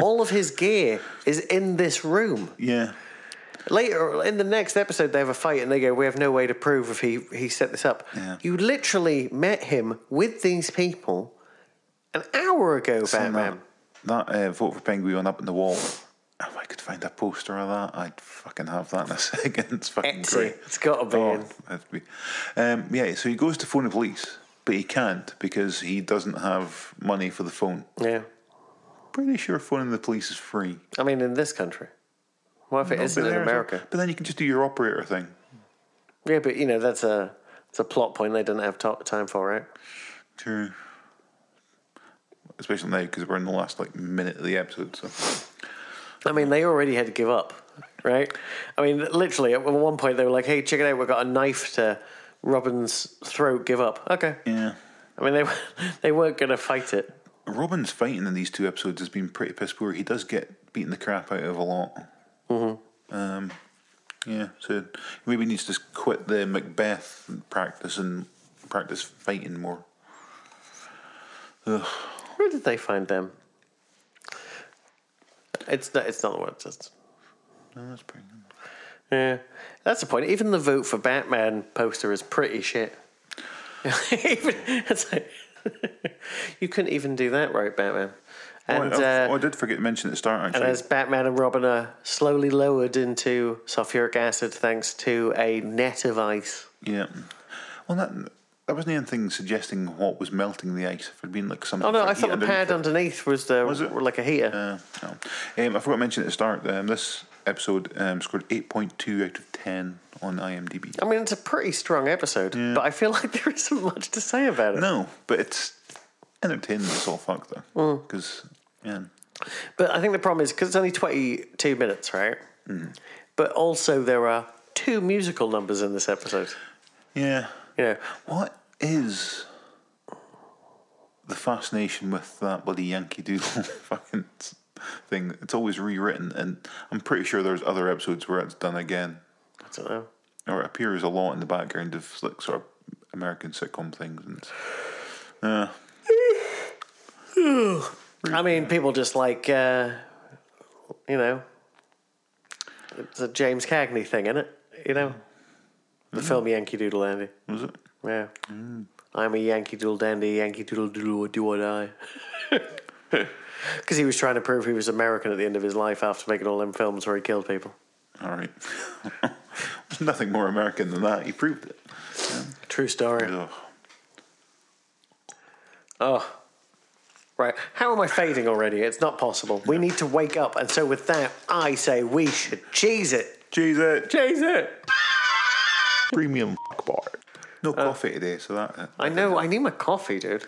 [SPEAKER 1] All of his gear is in this room.
[SPEAKER 2] Yeah,
[SPEAKER 1] Later in the next episode, they have a fight and they go, "We have no way to prove if he he set this up."
[SPEAKER 2] Yeah.
[SPEAKER 1] You literally met him with these people an hour ago,
[SPEAKER 2] And
[SPEAKER 1] Batman.
[SPEAKER 2] That, that uh, vote for Penguin went up on the wall. If I could find a poster of that, I'd fucking have that in a second. It's fucking
[SPEAKER 1] Etsy.
[SPEAKER 2] great.
[SPEAKER 1] It's gotta be
[SPEAKER 2] Oh,
[SPEAKER 1] in.
[SPEAKER 2] that'd be- Um, yeah, so he goes to phone the police, but he can't because he doesn't have money for the phone.
[SPEAKER 1] Yeah,
[SPEAKER 2] Pretty sure phoning the police is free.
[SPEAKER 1] I mean in this country. What if it
[SPEAKER 2] But
[SPEAKER 1] isn't in
[SPEAKER 2] there as well.
[SPEAKER 1] America?
[SPEAKER 2] But then you can just do your operator thing.
[SPEAKER 1] Yeah, but you know that's a it's a plot point they didn't have to- time for, right?
[SPEAKER 2] True. Especially now because we're in the last like minute of the episode. So
[SPEAKER 1] I mean, they already had to give up, right? I mean, literally at one point they were like, "Hey, check it out, we've got a knife to Robin's throat. Give up." Okay.
[SPEAKER 2] yeah.
[SPEAKER 1] I mean, they they weren't going to fight it.
[SPEAKER 2] Robin's fighting in these two episodes has been pretty piss poor. He does get beaten the crap out of a lot.
[SPEAKER 1] Mm-hmm.
[SPEAKER 2] Um, yeah, so maybe he needs to quit the Macbeth practice and practice fighting more.
[SPEAKER 1] Where did they find them? It's not. It's not the word. Just
[SPEAKER 2] No, that's pretty good.
[SPEAKER 1] Yeah, that's the point. Even the vote for Batman poster is pretty shit. even it's like, you couldn't even do that right, Batman. And
[SPEAKER 2] oh, I, oh, I
[SPEAKER 1] uh,
[SPEAKER 2] did forget to mention at the start,
[SPEAKER 1] and
[SPEAKER 2] actually.
[SPEAKER 1] as Batman and Robin are slowly lowered into sulfuric acid thanks to a net of ice.
[SPEAKER 2] yeah. Well, that, that wasn't anything suggesting what was melting the ice. If it had been like something.
[SPEAKER 1] Oh no,
[SPEAKER 2] for
[SPEAKER 1] I thought
[SPEAKER 2] heat
[SPEAKER 1] the pad
[SPEAKER 2] underneath
[SPEAKER 1] underneath was the
[SPEAKER 2] Was it?
[SPEAKER 1] like a heater.
[SPEAKER 2] it. Uh, no. um, I forgot to mention at the start, um, this episode um, scored 8.2 out of 10 on IMDb.
[SPEAKER 1] I mean, it's a pretty strong episode, but I feel like there isn't much to say about it.
[SPEAKER 2] No, but it's entertainment as all fuck, though. Because, yeah.
[SPEAKER 1] But I think the problem is because it's only 22 minutes, right?
[SPEAKER 2] Mm.
[SPEAKER 1] But also, there are two musical numbers in this episode.
[SPEAKER 2] Yeah.
[SPEAKER 1] You know,
[SPEAKER 2] What is the fascination with that bloody Yankee Doodle fucking s- thing? It's always rewritten, and I'm pretty sure there's other episodes where it's done again,
[SPEAKER 1] I don't know.
[SPEAKER 2] or it appears a lot in the background of like sort of American sitcom things. And uh,
[SPEAKER 1] I mean, people just like, uh, you know, it's a James Cagney thing, isn't it? You know, the film Yankee Doodle Dandy.
[SPEAKER 2] Mm-hmm. was it? Mm.
[SPEAKER 1] Yeah. I'm a Yankee Doodle Dandy, Yankee Doodle Doodle, do or die. Because he was trying to prove he was American at the end of his life after making all them films where he killed people.
[SPEAKER 2] All right. There's nothing more American than that. He proved it.
[SPEAKER 1] True story.
[SPEAKER 2] Ugh.
[SPEAKER 1] Oh. Right. How am I fading already? It's not possible. We need to wake up. And so, with that, I say we should cheese it.
[SPEAKER 2] Jeez, it
[SPEAKER 1] Cheese it.
[SPEAKER 2] premium fuck bar. No coffee today, so that. uh,
[SPEAKER 1] I know. I need my coffee, dude.